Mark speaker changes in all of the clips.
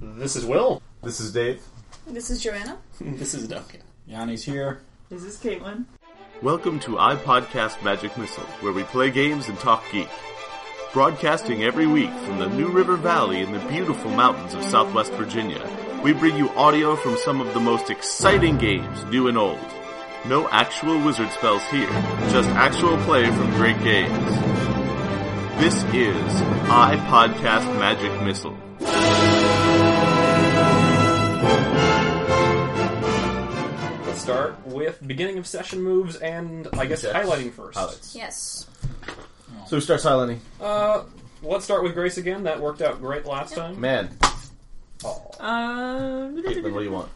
Speaker 1: This is Will.
Speaker 2: This is Dave.
Speaker 3: This is Joanna.
Speaker 1: This is Duncan.
Speaker 4: Yanni's here.
Speaker 5: This is Caitlin.
Speaker 2: Welcome to iPodcast Magic Missile, where we play games and talk geek. Broadcasting every week from the New River Valley in the beautiful mountains of Southwest Virginia, we bring you audio from some of the most exciting games, new and old. No actual wizard spells here, just actual play from great games. This is iPodcast Magic Missile.
Speaker 1: Let's start with beginning of session moves and I guess
Speaker 2: Yes.
Speaker 1: highlighting first.
Speaker 3: Yes.
Speaker 2: So we start silently.
Speaker 1: Uh, let's start with Grace again. That worked out great last time.
Speaker 2: Man,
Speaker 5: Um,
Speaker 2: what do you want?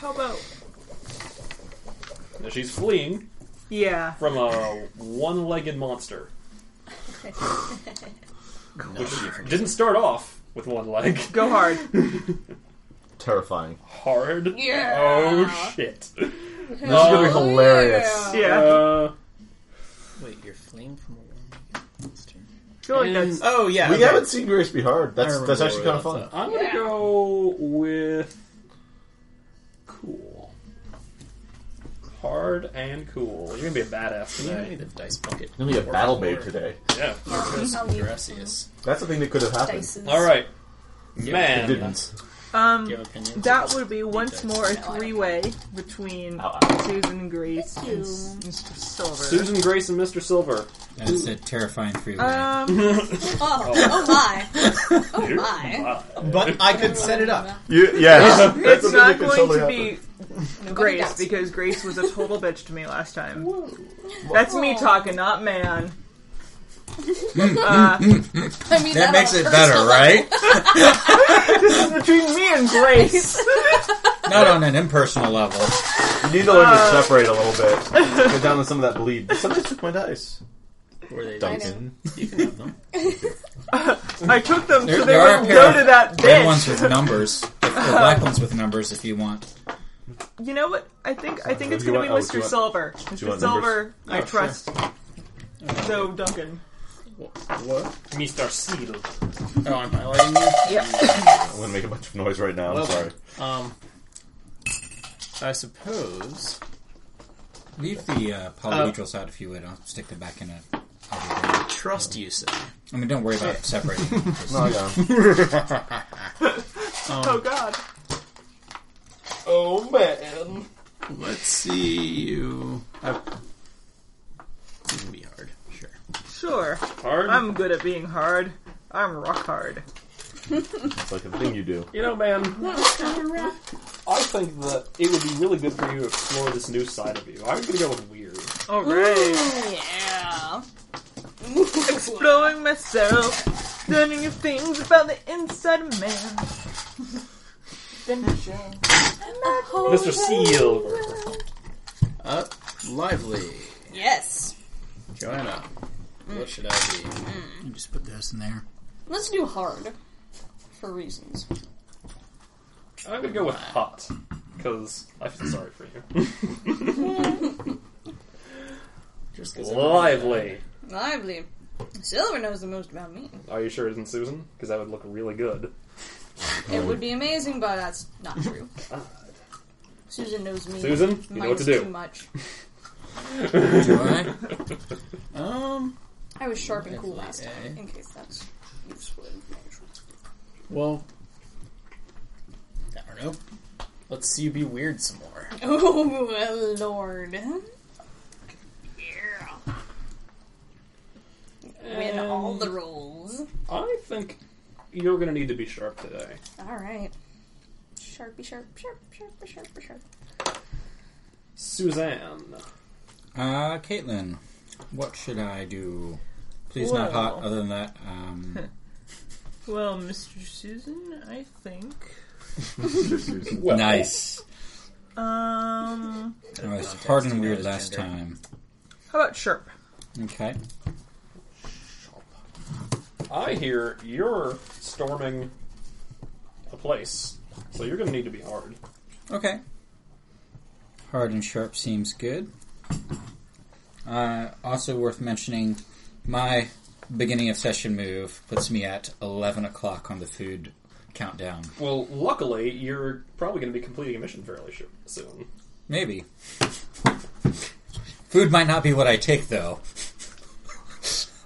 Speaker 5: how about
Speaker 1: Now Uh, she's fleeing
Speaker 5: yeah?
Speaker 1: from a one-legged monster, which didn't start off with one leg.
Speaker 5: Go hard.
Speaker 2: Terrifying.
Speaker 1: Hard.
Speaker 3: Yeah.
Speaker 1: Oh shit.
Speaker 2: This is gonna be hilarious.
Speaker 5: Yeah.
Speaker 1: Uh,
Speaker 6: Wait, you're fleeing from a woman? monster?
Speaker 5: I feel like that's
Speaker 1: and
Speaker 6: Oh yeah,
Speaker 2: We
Speaker 6: okay.
Speaker 2: haven't seen Grace be hard. That's
Speaker 6: remember
Speaker 2: that's actually
Speaker 6: where
Speaker 2: kind of
Speaker 6: that's
Speaker 2: fun.
Speaker 6: at.
Speaker 1: I'm gonna
Speaker 3: Yeah.
Speaker 1: go with cool. Hard and cool. You're gonna be a badass
Speaker 6: You
Speaker 1: today.
Speaker 6: need a dice bucket.
Speaker 2: Gonna be a battle babe today.
Speaker 1: Yeah.
Speaker 3: I'll leave
Speaker 6: Gracias.
Speaker 2: That's the thing that could have happened.
Speaker 3: dices.
Speaker 1: All right,
Speaker 2: It
Speaker 1: man.
Speaker 2: didn't.
Speaker 6: Do you
Speaker 5: um.
Speaker 6: have opinions?
Speaker 5: That would be once more a three-way between
Speaker 7: Oh,
Speaker 5: Susan Grace and S- Mr. Silver.
Speaker 1: Susan Grace and Mr. Silver.
Speaker 7: That is a terrifying freeway.
Speaker 5: Um,
Speaker 3: Oh, oh my. Oh
Speaker 1: Here.
Speaker 3: my.
Speaker 6: But I could set it up.
Speaker 2: You, yes, that's
Speaker 5: it's
Speaker 2: something that
Speaker 5: not
Speaker 2: could
Speaker 5: going
Speaker 2: totally
Speaker 5: to
Speaker 2: happen.
Speaker 5: be Grace
Speaker 3: does.
Speaker 5: because Grace was a total bitch to me last time. That's me talking, not man. uh,
Speaker 3: I mean,
Speaker 7: That makes
Speaker 3: on
Speaker 7: it
Speaker 3: a
Speaker 7: better,
Speaker 3: personal-
Speaker 7: right?
Speaker 5: between me and Grace.
Speaker 7: Not on an impersonal level.
Speaker 2: You need to learn
Speaker 5: uh,
Speaker 2: to separate a little bit. Go down to some of that bleed. Somebody took my dice.
Speaker 6: Were they
Speaker 2: Duncan.
Speaker 6: You can have them.
Speaker 5: I took them
Speaker 7: There-
Speaker 5: so they
Speaker 7: there are
Speaker 5: would
Speaker 7: a pair
Speaker 5: go
Speaker 7: of
Speaker 5: to that
Speaker 7: Red ones
Speaker 5: bitch.
Speaker 7: with numbers, or black ones with numbers, if you want.
Speaker 5: You know what? I think I think it's
Speaker 2: Do you
Speaker 5: going to be
Speaker 2: want- oh, do
Speaker 5: Mr.
Speaker 2: you want-
Speaker 5: Silver.
Speaker 2: you
Speaker 5: Mr.
Speaker 2: want Oh,
Speaker 5: Silver, I
Speaker 6: sure.
Speaker 5: trust. So Duncan.
Speaker 1: Mr. Seal.
Speaker 6: Oh, I'm highlighting you.
Speaker 2: I'm gonna make a bunch of noise right now. I'm
Speaker 6: Well-
Speaker 2: sorry.
Speaker 6: Um, I suppose.
Speaker 7: Leave the uh, polyhedral side if you would. I'll stick them back in a. I
Speaker 6: Trust you, sir.
Speaker 7: mean, don't worry about separating. them. Just-
Speaker 2: No, yeah.
Speaker 5: oh God.
Speaker 2: oh man.
Speaker 6: Let's see you. I... It can be hard. Sure.
Speaker 5: Sure.
Speaker 1: Hard.
Speaker 5: I'm good at being hard. I'm rock hard.
Speaker 2: It's like a thing you do.
Speaker 1: you know, man. I think that it would be really good for you to explore this new side of you. I'm gonna go with weird.
Speaker 5: All right.
Speaker 3: Yeah.
Speaker 5: Blowing myself. Learning new things about the inside of man.
Speaker 1: Mr. Seal.
Speaker 6: Up, lively,
Speaker 3: Yes.
Speaker 6: Joanna. What should I be?
Speaker 7: you just put those in there.
Speaker 3: Let's do hard. For reasons.
Speaker 1: I'm gonna go with hot because I feel sorry for you.
Speaker 6: Just 'cause I'm-
Speaker 1: Lively.
Speaker 3: Lively. Silver knows the most about me.
Speaker 1: Are you sure it isn't Susan? Because that would look really good.
Speaker 7: Oh.
Speaker 3: It would be amazing, but that's not true. Susan knows me.
Speaker 1: Susan, you know what
Speaker 3: Minus
Speaker 1: to
Speaker 3: too
Speaker 1: do.
Speaker 3: much.
Speaker 6: Do I? um.
Speaker 3: I was sharp and cool
Speaker 7: E
Speaker 6: Lively,
Speaker 3: last
Speaker 6: eh?
Speaker 3: time, in case that's useful information.
Speaker 6: Well. I don't know. Let's see you be weird some more.
Speaker 3: Oh, lord. Yeah. Win all the rolls.
Speaker 1: I think you're gonna need to be sharp today.
Speaker 3: Alright. Sharpie, sharp, sharp, sharp, sharp, sharp.
Speaker 1: Suzanne.
Speaker 7: Uh, Caitlin, what should I do? Please not
Speaker 5: Well.
Speaker 7: hot. Other than that, um,
Speaker 5: Well, Mr. Susan, I think.
Speaker 1: Well,
Speaker 7: nice.
Speaker 5: Um.
Speaker 7: I was
Speaker 6: Context,
Speaker 7: hard
Speaker 6: you
Speaker 7: and
Speaker 6: know
Speaker 7: weird
Speaker 6: his
Speaker 7: last
Speaker 6: gender.
Speaker 7: time.
Speaker 5: How about sharp?
Speaker 7: Okay.
Speaker 1: I hear you're storming a place, so you're gonna need to be hard.
Speaker 7: Okay. Hard and sharp seems good. Uh, also worth mentioning, my beginning of session move puts me at 11 o'clock on the food countdown.
Speaker 1: Well, luckily, you're probably going to be completing a mission fairly sh- soon.
Speaker 7: Maybe. Food might not be what I take, though.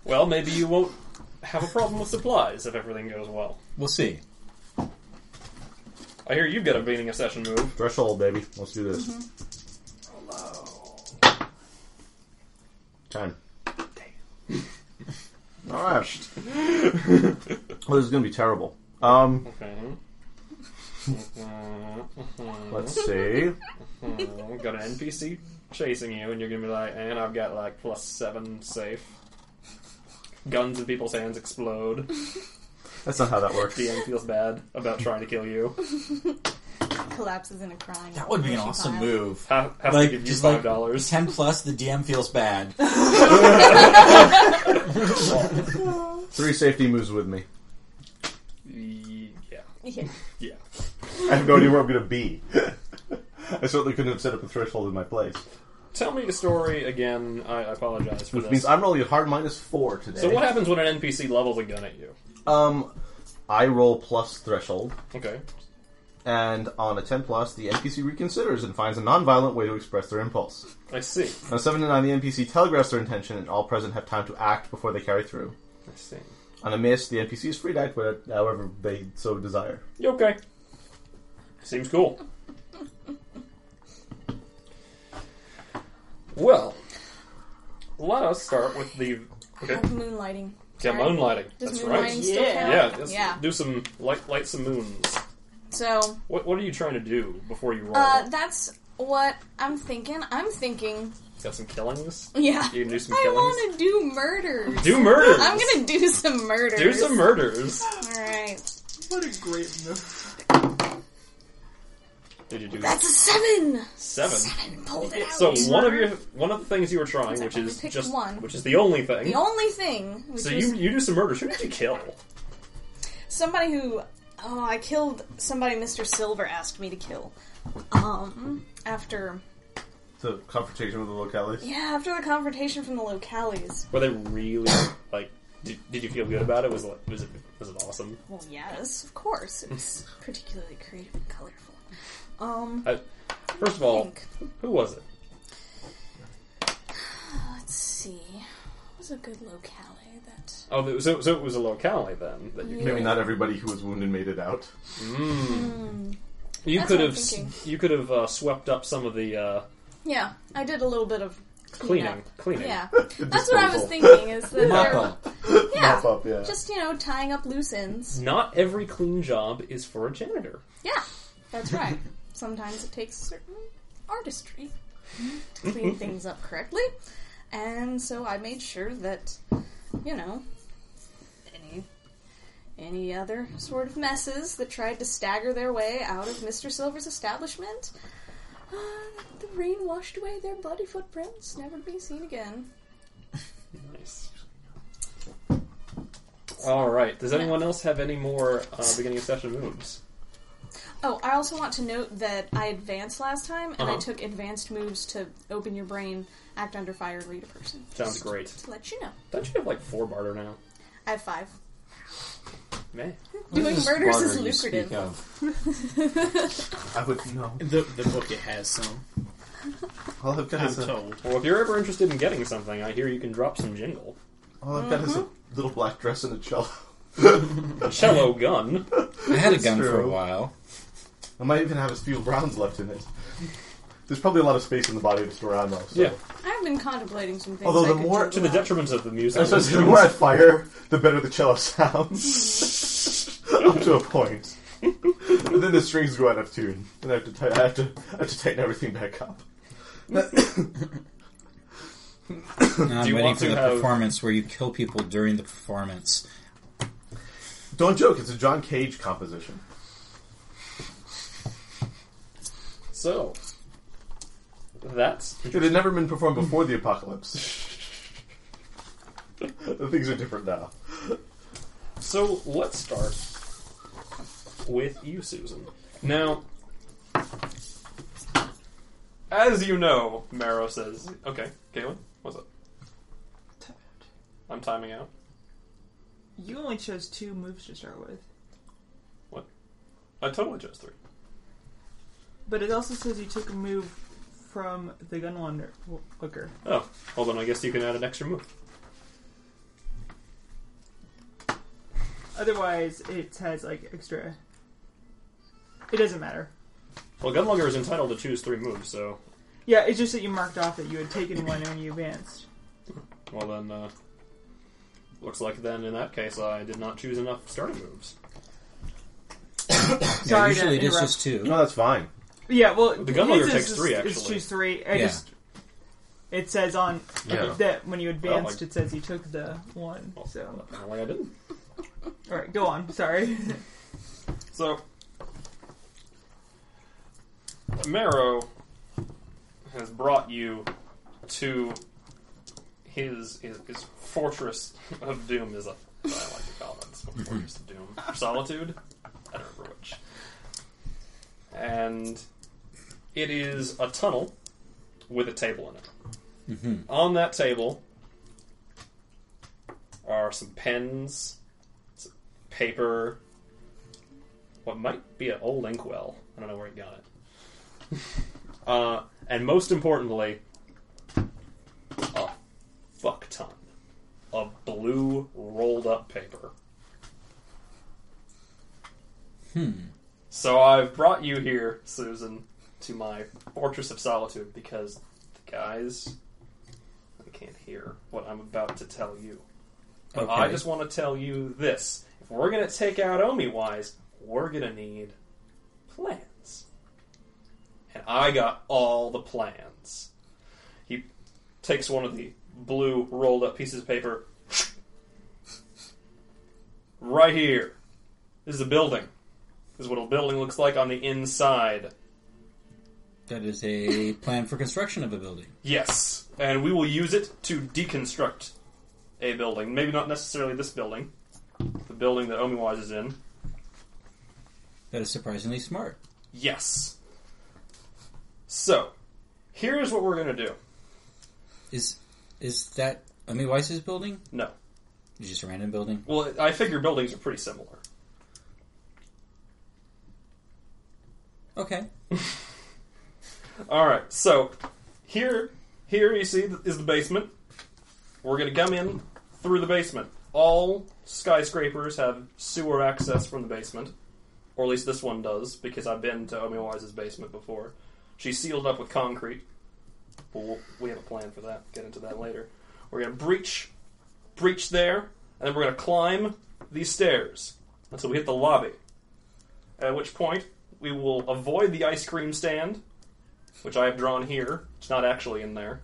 Speaker 1: Well, maybe you won't have a problem with supplies if everything goes well.
Speaker 7: We'll see.
Speaker 1: I hear you've got a beginning of session move.
Speaker 2: Threshold, baby. Let's do this.
Speaker 5: Mm-hmm.
Speaker 2: Time. All right. well, this is going to be terrible. Um,
Speaker 1: Okay.
Speaker 2: let's see.
Speaker 1: Well, Uh, got an NPC chasing you, and you're going to be like, and I've got like plus seven safe. Guns in people's hands explode.
Speaker 2: That's not how that works.
Speaker 1: DM feels bad about trying to kill you.
Speaker 3: Collapses in a crying.
Speaker 7: That would be an awesome move.
Speaker 1: Ha- has
Speaker 7: Like,
Speaker 1: to give you
Speaker 7: just
Speaker 1: five
Speaker 7: like
Speaker 1: dollars.
Speaker 7: 10 plus, the DM feels bad.
Speaker 2: Three safety moves with me.
Speaker 1: yeah,
Speaker 3: Yeah.
Speaker 1: yeah.
Speaker 2: I have no idea where I'm going to be. I certainly couldn't have set up a threshold in my place.
Speaker 1: Tell me the story again. I, I apologize for
Speaker 2: Which
Speaker 1: this.
Speaker 2: means I'm rolling a hard minus four today.
Speaker 1: so what happens when an NPC levels a gun at you?
Speaker 2: Um, I roll plus threshold,
Speaker 1: Okay.
Speaker 2: and on a 10 plus, the NPC reconsiders and finds a nonviolent way to express their impulse.
Speaker 1: I see.
Speaker 2: On a 7 to 9, the NPC telegraphs their intention, and all present have time to act before they carry through.
Speaker 1: I see.
Speaker 2: On a miss, the NPC is free to act where- however they so desire.
Speaker 1: You okay? Seems cool. Well, let us start with the okay.
Speaker 3: Moonlighting.
Speaker 1: Yeah,
Speaker 3: Sorry.
Speaker 1: moonlighting.
Speaker 3: Does
Speaker 1: That's
Speaker 3: moonlighting
Speaker 1: right.
Speaker 3: still
Speaker 5: Yeah.
Speaker 3: count?
Speaker 1: Yeah, let's
Speaker 3: Yeah.
Speaker 1: do some light, light some moons.
Speaker 3: So
Speaker 1: What, what are you trying to do before you roll?
Speaker 3: uh, that's what I'm thinking. I'm thinking.
Speaker 1: Got some killings.
Speaker 3: Yeah.
Speaker 1: You can do some
Speaker 3: I
Speaker 1: killings.
Speaker 3: want to do murders.
Speaker 1: Do murders.
Speaker 3: I'm gonna do some murders.
Speaker 1: do some murders.
Speaker 3: All right.
Speaker 5: What a great move.
Speaker 1: Did you do
Speaker 3: That's a seven.
Speaker 1: seven?
Speaker 3: Seven. Pulled it out.
Speaker 1: So one of your one of the things you were trying,
Speaker 3: I
Speaker 1: which
Speaker 3: only
Speaker 1: is
Speaker 3: picked
Speaker 1: just
Speaker 3: one.
Speaker 1: which is the only thing.
Speaker 3: The only thing, which
Speaker 1: so
Speaker 3: was
Speaker 1: you you do some murders. Who did you kill?
Speaker 3: somebody who, oh, I killed somebody. Mr. Silver asked me to kill. Um, after
Speaker 2: So, confrontation with the localities.
Speaker 3: yeah, after the confrontation from the locales.
Speaker 1: Were they really like? Did, did you feel good about it? Was it was it was it awesome?
Speaker 3: Well, yes, of course. It was particularly creative and colorful. Um,
Speaker 1: I, first of all,
Speaker 3: think.
Speaker 1: who was it?
Speaker 3: let's see. What was a good locale that?
Speaker 1: Oh, so so it was a locale then that you killed.
Speaker 2: Maybe not everybody who was wounded made it out.
Speaker 1: You
Speaker 3: Mm-hmm. That's
Speaker 1: could
Speaker 3: what I'm
Speaker 1: have s-
Speaker 3: thinking.
Speaker 1: you could have uh, swept up some of the uh,
Speaker 3: Yeah, I did a little bit of
Speaker 1: cleaning
Speaker 3: cleanup.
Speaker 1: cleaning.
Speaker 3: Yeah, that's what I was
Speaker 2: Disposal.
Speaker 3: thinking. Is that
Speaker 7: Mop
Speaker 3: there-
Speaker 7: up.
Speaker 3: yeah,
Speaker 2: Mop up, yeah.
Speaker 3: just you know tying up loose ends.
Speaker 1: Not every clean job is for a janitor.
Speaker 3: Yeah, that's right. Sometimes it takes certain artistry
Speaker 1: Mm-hmm.
Speaker 3: to clean things up correctly, and so I made sure that you know any any other sort of messes that tried to stagger their way out of Mister Silver's establishment. Uh, the rain washed away their bloody footprints, never to be seen again.
Speaker 1: Nice. All right. Does anyone else have any more uh, beginning of session moves?
Speaker 3: Oh, I also want to note that I advanced last time, and I
Speaker 1: Uh-huh.
Speaker 3: took advanced moves to open your brain, act under fire, lead a person.
Speaker 1: Sounds great.
Speaker 3: To let you know,
Speaker 1: Don't you have like four barter now?
Speaker 3: I have five.
Speaker 1: Man,
Speaker 3: Doing
Speaker 7: This
Speaker 3: murders
Speaker 7: barter
Speaker 3: is
Speaker 7: you speak
Speaker 3: lucrative.
Speaker 7: of.
Speaker 2: I would know.
Speaker 6: The, the book it has some.
Speaker 2: All I've got
Speaker 6: I'm
Speaker 2: is a,
Speaker 6: told.
Speaker 1: well, if you're ever interested in getting something, I hear you can drop some jingle.
Speaker 2: all I've got is a little black dress and a cello.
Speaker 1: Cello gun.
Speaker 7: I had a gun for a
Speaker 2: true.
Speaker 7: while.
Speaker 2: I might even have a few rounds left in it. There's probably a lot of space in the body of Storano. So.
Speaker 1: Yeah.
Speaker 3: I've been contemplating some things.
Speaker 2: Although
Speaker 3: I
Speaker 2: the
Speaker 3: could
Speaker 2: more-
Speaker 3: do
Speaker 2: to
Speaker 1: To the
Speaker 3: about.
Speaker 1: detriment of the music.
Speaker 2: I suppose the more I fire, the better the cello sounds. Up to a point. and then the strings go out of tune, and I have to, ti- I have to, I have to tighten everything back up.
Speaker 7: Now I'm
Speaker 1: you
Speaker 7: waiting
Speaker 1: want
Speaker 7: for
Speaker 1: to
Speaker 7: the
Speaker 1: have-
Speaker 7: performance where you kill people during the performance.
Speaker 2: Don't joke, it's a John Cage composition.
Speaker 1: So, that's
Speaker 2: It had never been performed before the apocalypse. Things are different now.
Speaker 1: So let's start with you, Susan. Now, as you know, Marrow says, okay, Galen, what's up? I'm timing out.
Speaker 5: You only chose two moves to start with.
Speaker 1: I totally chose three.
Speaker 5: But it also says you took a move from the gunwander looker.
Speaker 1: Oh, hold on. I guess you can add an extra move.
Speaker 5: Otherwise, it has like extra. It doesn't matter.
Speaker 1: Well, Gunlogger is entitled to choose three moves, so
Speaker 5: Yeah, it's just that you marked off that you had taken one and you advanced.
Speaker 1: well then. Uh, looks like then in that case I did not choose enough starting moves.
Speaker 5: Sorry
Speaker 7: yeah, usually
Speaker 5: to
Speaker 7: it is
Speaker 5: interrupt.
Speaker 7: just two.
Speaker 8: No, that's fine.
Speaker 5: Yeah, well,
Speaker 1: The gunlogger
Speaker 5: his is-
Speaker 1: takes three,
Speaker 5: is
Speaker 1: actually.
Speaker 5: choose three. I
Speaker 7: Yeah.
Speaker 5: just it says on
Speaker 8: Yeah.
Speaker 5: that when you advanced,
Speaker 1: like- Oh.
Speaker 5: it says you took the one. So,
Speaker 1: Apparently I didn't.
Speaker 5: all right, go on. Sorry.
Speaker 1: So, Marrow has brought you to his his, his fortress of doom, is a, I like to call it. It's a fortress of doom, Or solitude. I don't remember which. And it is a tunnel with a table in it. On that table are some pens, some paper, what might be an old inkwell. I don't know where he got it. uh, and most importantly, a fuck ton of blue rolled up paper. Hmm. So I've brought you here, Susan, to my fortress of solitude because the guys they can't hear what I'm about to tell you. But I
Speaker 7: Okay.
Speaker 1: just want to tell you this. If we're going to take out Omi Wise, we're going to need plans. And I got all the plans. He takes one of the blue rolled up pieces of paper. Right here. This is a building. This is what a building looks like on the inside.
Speaker 7: That is
Speaker 9: a
Speaker 7: plan for construction of a building.
Speaker 1: Yes. And we will use it to deconstruct a building. Maybe not necessarily this building. The building that Omiwaj is in.
Speaker 7: That is surprisingly smart.
Speaker 1: Yes. So, here's what we're gonna do.
Speaker 7: Is is that Amy Weiss's building?
Speaker 1: No.
Speaker 7: It's just a random building.
Speaker 1: Well, I figure buildings are pretty similar.
Speaker 7: Okay.
Speaker 1: All right, so here, here you see th- is the basement. We're gonna come in through the basement. All skyscrapers have sewer access from the basement, or at least this one does, because I've been to Omi Wise's basement before. She's sealed up with concrete. Well, we'll- we have a plan for that. Get into that later. We're gonna breach, breach there, and then we're gonna climb these stairs until we hit the lobby. At which point, we will avoid the ice cream stand which I have drawn here. It's not actually in there.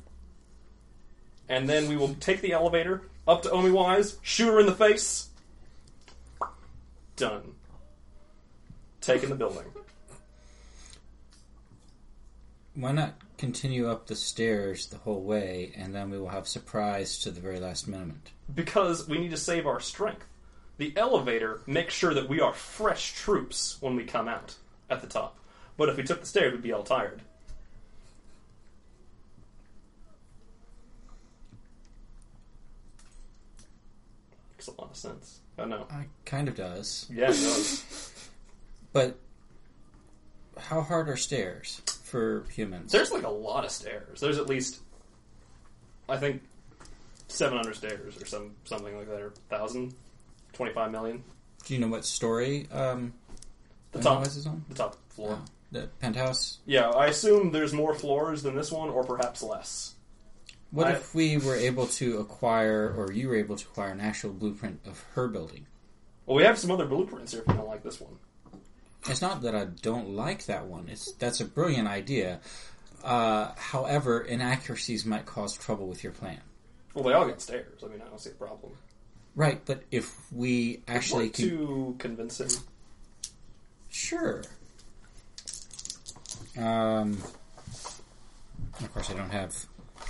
Speaker 1: And then we will take the elevator up to Omi Wise, shoot her in the face. Done. Taking the building.
Speaker 7: Why not continue up the stairs the whole way, and then we will have surprise to the very last moment.
Speaker 1: Because we need to save our strength. The elevator makes sure that we are fresh troops when we come out at the top. But if we took the stairs, we'd be all tired. Makes a lot of sense. Oh, I know.
Speaker 7: I kind of does,
Speaker 1: Yeah, it does.
Speaker 7: but how hard are stairs for humans?
Speaker 1: There's like a lot of stairs. There's at least, I think, 700 stairs or some something like that, or 1,000, 25 million.
Speaker 7: Do you know what story um,
Speaker 1: The
Speaker 7: Amy
Speaker 1: top,
Speaker 7: Weiss is on?
Speaker 1: the top floor.
Speaker 7: The penthouse.
Speaker 1: Yeah, I assume there's more floors than this one, or perhaps less.
Speaker 7: What
Speaker 1: I-
Speaker 7: if we were able to acquire, or you were able to acquire, an actual blueprint of her building?
Speaker 1: Well, we have some other blueprints here if you don't like this one.
Speaker 7: It's not that I don't like that one. It's that's a brilliant idea. Uh, however, inaccuracies might cause trouble with your plan.
Speaker 1: Well, they all got stairs. I mean, I don't see a problem.
Speaker 7: Right, but if we actually
Speaker 1: Not
Speaker 7: can,
Speaker 1: too convincing.
Speaker 7: sure. Um, of course, I don't have.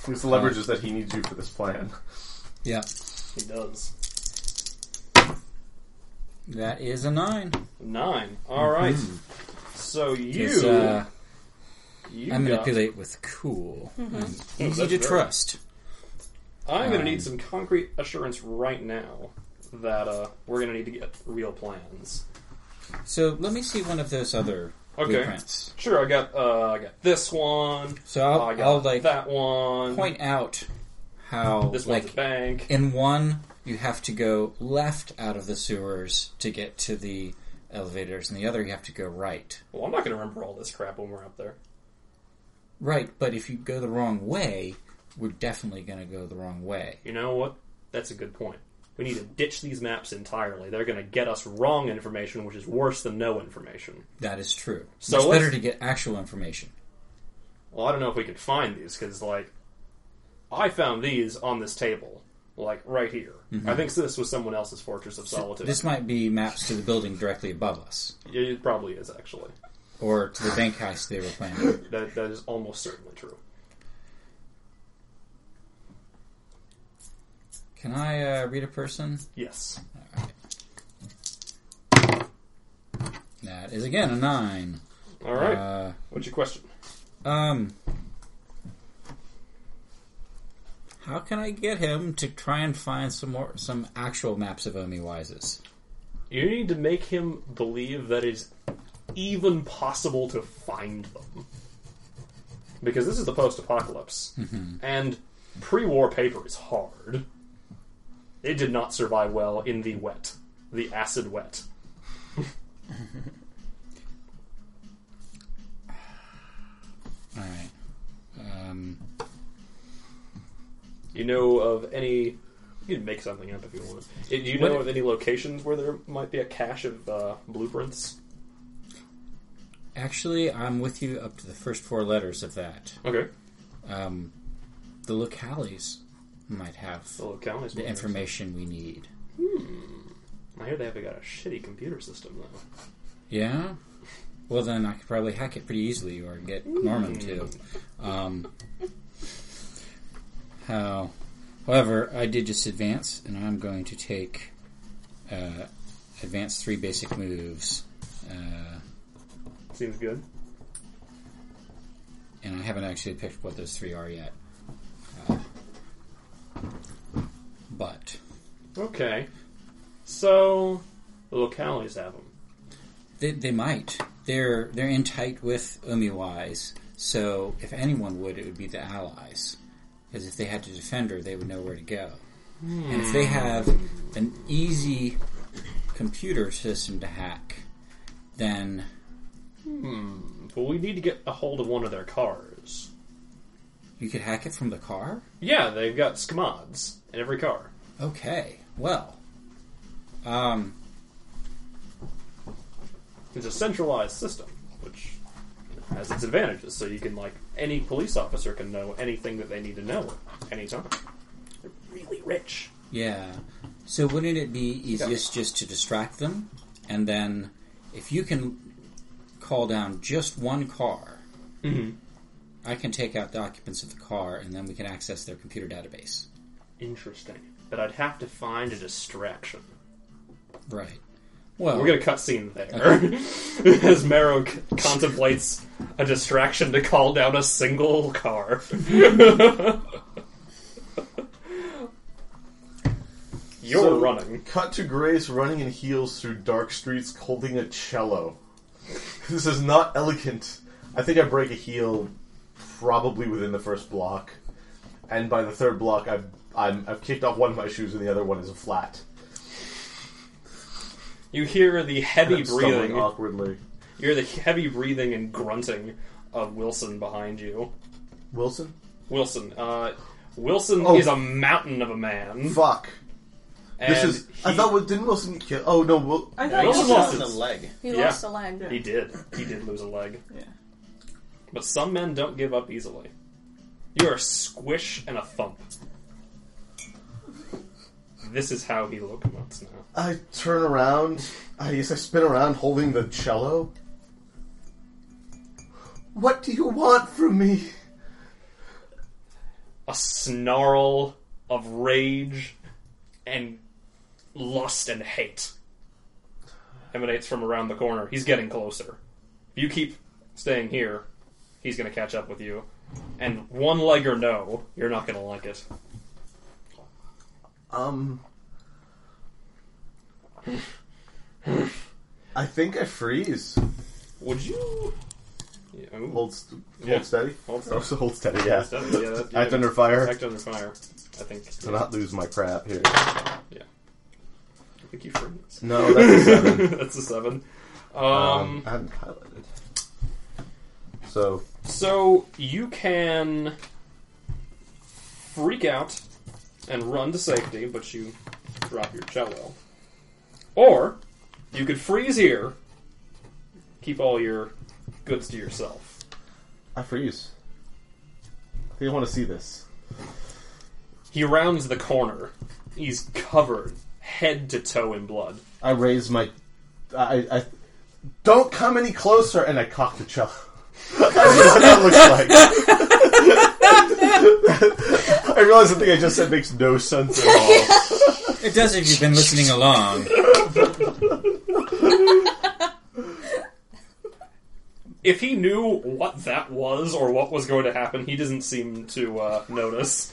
Speaker 8: This leverages that he needs you for this plan.
Speaker 7: Yeah,
Speaker 1: He does.
Speaker 7: that is a nine.
Speaker 1: Nine. All right. So
Speaker 7: It's,
Speaker 1: you,
Speaker 7: Mm-hmm. uh,
Speaker 1: you
Speaker 7: I
Speaker 1: got-
Speaker 7: manipulate with cool, and easy
Speaker 1: that's
Speaker 7: to
Speaker 1: very-
Speaker 7: trust. Um,
Speaker 1: I'm going to need some concrete assurance right now. that uh, we're going to need to get real plans.
Speaker 7: So let me see one of those other
Speaker 1: Okay.
Speaker 7: blueprints.
Speaker 1: Sure, I got uh, I got this one.
Speaker 7: So I'll,
Speaker 1: Oh, I got
Speaker 7: I'll Oh, like
Speaker 1: that one.
Speaker 7: point out how
Speaker 1: this one's
Speaker 7: like
Speaker 1: a bank.
Speaker 7: in one you have to go left out of the sewers to get to the elevators, and the other you have to go right.
Speaker 1: Well, I'm not going to remember all this crap when we're up there.
Speaker 7: Right, but if you go the wrong way, we're definitely going to go the wrong way.
Speaker 1: You know what? That's a good point. We need to ditch these maps entirely. They're going to get us wrong information, which is worse than no information.
Speaker 7: That is true.
Speaker 1: So
Speaker 7: it's
Speaker 1: let's-
Speaker 7: better to get actual information.
Speaker 1: Well, I don't know if we could find these because, like, I found these on this table, like right here. I think this was someone else's Fortress of Solitude.
Speaker 7: Mm-hmm. This might be maps to the building directly above us,
Speaker 1: Yeah, it probably is actually.
Speaker 7: or to the bank heist they were planning.
Speaker 1: That that is almost certainly true.
Speaker 7: Can I uh, read a person?
Speaker 1: Yes.
Speaker 7: That is again a nine.
Speaker 1: All right.
Speaker 7: Uh,
Speaker 1: What's your question?
Speaker 7: um, how can I get him to try and find some more some actual maps of Omi Wises?
Speaker 1: You need to make him believe that it's even possible to find them. Because this is the post apocalypse.
Speaker 7: Mm-hmm.
Speaker 1: And pre war paper is hard. It did not survive well in the wet, the acid wet.
Speaker 7: All right. Um,
Speaker 1: You know of any. You can make something up if you want. Do you know of any locations where there might be a cache of uh, blueprints?
Speaker 7: actually, I'm with you up to the first four letters of that.
Speaker 1: Okay.
Speaker 7: Um, the locales might have
Speaker 1: The localities.
Speaker 7: the information we need.
Speaker 1: I hear they have got a shitty computer system, though.
Speaker 7: Yeah. Well, then I could probably hack it pretty easily, or get Norman to. Um, how? However, I did just advance, and I'm going to take uh, advance three basic moves, uh,
Speaker 1: Seems good.
Speaker 7: and I haven't actually picked what those three are yet. Uh, but
Speaker 1: Okay. So, the localities have them.
Speaker 7: They, they might. They're they're in tight with Umiwise, so if anyone would, it would be the allies, because if they had to defend her, they would know where to go. And if they have an easy computer system to hack, then
Speaker 1: But we need to get a hold of one of their cars.
Speaker 7: you could hack it from the car.
Speaker 1: Yeah, they've got skmods in every car.
Speaker 7: Okay, well, um,
Speaker 1: It's a centralized system, which has its advantages. So you can like any police officer can know anything that they need to know at any time. They're really rich.
Speaker 7: Yeah. So wouldn't it be easiest just to distract them, and then if you can call down just one car, Mm-hmm. I can take out the occupants of the car, and then we can access their computer database.
Speaker 1: Interesting. But I'd have to find a distraction.
Speaker 7: Right. Well,
Speaker 1: We're gonna cut scene there as Marrow c- contemplates a distraction to call down a single car. You're
Speaker 8: So,
Speaker 1: running.
Speaker 8: Cut to Grace running in heels through dark streets holding a cello. this is not elegant. I think I break a heel probably within the first block, and by the third block, I've I'm, I've kicked off one of my shoes and the other one is flat.
Speaker 1: You hear the heavy
Speaker 8: I'm stumbling
Speaker 1: breathing. You
Speaker 8: awkwardly.
Speaker 1: hear the heavy breathing and grunting of Wilson behind you.
Speaker 8: Wilson,
Speaker 1: Wilson. Uh, Wilson
Speaker 8: Oh.
Speaker 1: is a mountain of a man.
Speaker 8: fuck.
Speaker 1: and
Speaker 8: This is. I
Speaker 1: he-
Speaker 8: thought well, didn't Wilson get killed? Oh no, Wil-
Speaker 5: I
Speaker 1: Yeah,
Speaker 5: thought
Speaker 1: Wilson
Speaker 5: you
Speaker 1: lost
Speaker 5: said-
Speaker 1: his-
Speaker 9: leg.
Speaker 3: He
Speaker 1: Yeah.
Speaker 3: lost a leg.
Speaker 1: He did. He did lose a leg.
Speaker 5: Yeah.
Speaker 1: But some men don't give up easily. You are a squish and a thump. This is how he locomotes now.
Speaker 8: I turn around. I guess I spin around holding the cello. What do you want from me?
Speaker 1: A snarl of rage and lust and hate emanates from around the corner. He's getting closer. If you keep staying here, he's going to catch up with you. And one leg or no, you're not going to like it.
Speaker 8: Um,
Speaker 2: I think I freeze.
Speaker 1: Would you? Yeah, ooh.
Speaker 2: Hold, st- hold
Speaker 1: Yeah.
Speaker 2: steady.
Speaker 1: Hold
Speaker 2: Oh,
Speaker 1: steady.
Speaker 2: so hold steady. Yeah.
Speaker 1: That's- yeah, that- yeah,
Speaker 2: Act under
Speaker 1: that's-
Speaker 2: fire.
Speaker 1: Act under fire. I think.
Speaker 2: To not lose my crap here.
Speaker 1: I think you freeze.
Speaker 2: No, that's a seven.
Speaker 1: That's a seven. Um,
Speaker 2: Um, I haven't highlighted. So
Speaker 1: so you can freak out and run to safety, but you drop your cello. Or you could freeze here, keep all your goods to yourself.
Speaker 2: I freeze. I think I want to see this.
Speaker 1: He rounds the corner. He's covered head to toe in blood.
Speaker 2: I raise my. I, I don't come any closer, and I cock the cello. I realize what that looks like. I realize the thing I just said makes no sense at all.
Speaker 7: It does if you've been listening along.
Speaker 1: if he knew what that was or what was going to happen, he doesn't seem to uh, notice.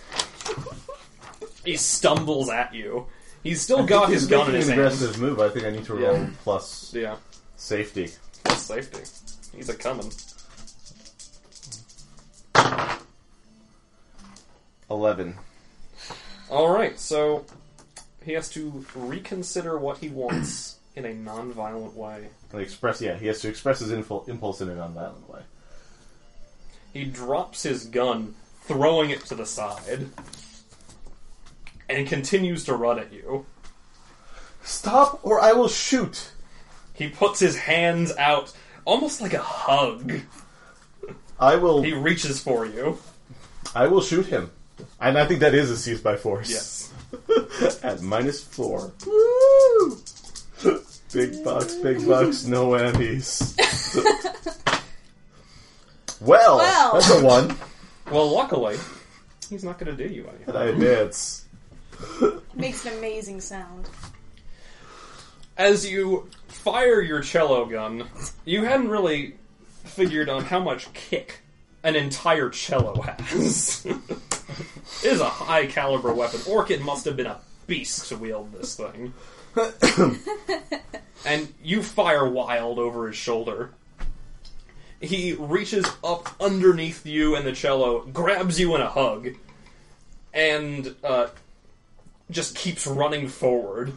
Speaker 1: he stumbles at you. He's still got his
Speaker 2: He's
Speaker 1: gun in
Speaker 2: making
Speaker 1: his
Speaker 2: an
Speaker 1: hand.
Speaker 2: aggressive move. I think I need to
Speaker 1: Yeah.
Speaker 2: roll plus
Speaker 1: Yeah,
Speaker 2: safety.
Speaker 1: that's safety. He's a coming.
Speaker 2: Eleven.
Speaker 1: All right, so he has to reconsider what he wants in a non-violent way.
Speaker 2: And express. Yeah, he has to express his info, impulse in a nonviolent way.
Speaker 1: He drops his gun, throwing it to the side, and continues to run at you.
Speaker 2: Stop, or I will shoot.
Speaker 1: He puts his hands out, almost like a hug.
Speaker 2: I will.
Speaker 1: He reaches for you.
Speaker 2: I will shoot him. And I think that is a seize by force.
Speaker 1: Yes.
Speaker 2: At minus four. Woo! big bucks, big bucks, no whammies. well,
Speaker 3: Well.
Speaker 2: that's a one.
Speaker 1: Well, luckily, he's not going to do you any.
Speaker 2: And I advance.
Speaker 3: Makes an amazing sound.
Speaker 1: As you fire your cello gun, you hadn't really figured on how much kick an entire cello has. it is a high caliber weapon. Orchid must have been a beast to wield this thing. and you fire wild over his shoulder. He reaches up underneath you and the cello, grabs you in a hug, and uh, just keeps running forward.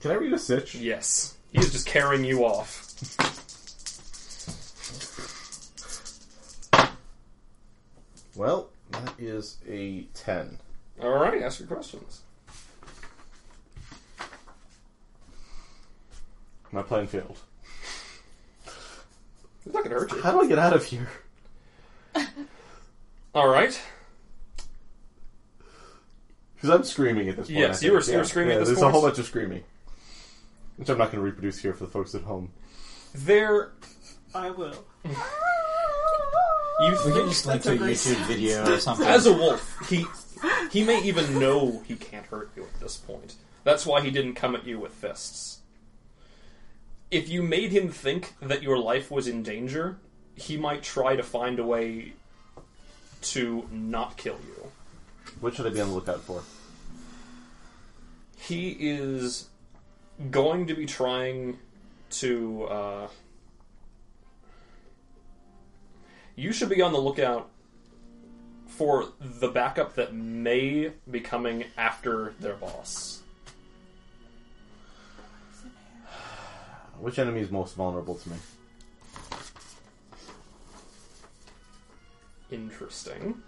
Speaker 2: Can I read a sitch?
Speaker 1: Yes. He is just carrying you off.
Speaker 2: Well, that is a ten.
Speaker 1: Alright, ask your questions.
Speaker 2: My plan failed.
Speaker 1: It's not gonna hurt you.
Speaker 2: How do I get out of here?
Speaker 1: Alright.
Speaker 2: Because I'm screaming at this point.
Speaker 1: Yes,
Speaker 2: I
Speaker 1: you
Speaker 2: think.
Speaker 1: were- you were screaming at this
Speaker 2: There's a
Speaker 1: point.
Speaker 2: whole bunch of screaming, which I'm not going to reproduce here for the folks at home.
Speaker 1: There
Speaker 5: I will.
Speaker 1: you
Speaker 7: We
Speaker 1: think
Speaker 7: can just link to a YouTube video or something.
Speaker 1: as a wolf, he he may even know he can't hurt you at this point. That's why he didn't come at you with fists. If you made him think that your life was in danger, he might try to find a way to not kill you.
Speaker 2: What should I be on the lookout for?
Speaker 1: he is going to be trying to. Uh, you should be on the lookout for the backup that may be coming after their boss.
Speaker 2: Which enemy is most vulnerable to me?
Speaker 1: Interesting.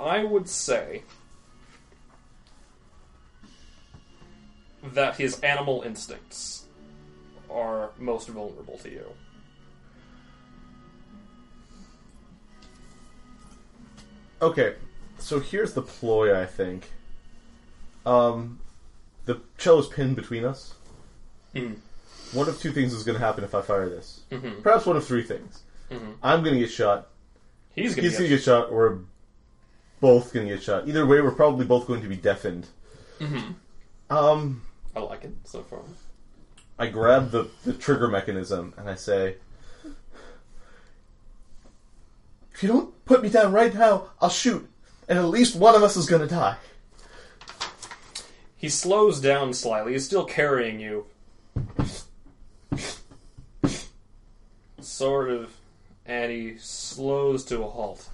Speaker 1: I would say that his animal instincts are most vulnerable to you.
Speaker 2: Okay, so here's the ploy. I think. Um, the cello's pinned between us.
Speaker 1: Hmm.
Speaker 2: One of two things is going to happen if I fire this.
Speaker 1: Mm-hmm.
Speaker 2: Perhaps one of three things. I'm going to get shot.
Speaker 1: He's gonna
Speaker 2: He's going
Speaker 1: get
Speaker 2: to get shot. We're both going to get shot. Either way, we're probably both going to be deafened. Um.
Speaker 1: I like it so far.
Speaker 2: I grab the, the trigger mechanism and I say, If you don't put me down right now, I'll shoot, and at least one of us is gonna die.
Speaker 1: He slows down slightly. He's still carrying you. Sort of. And he slows to a halt.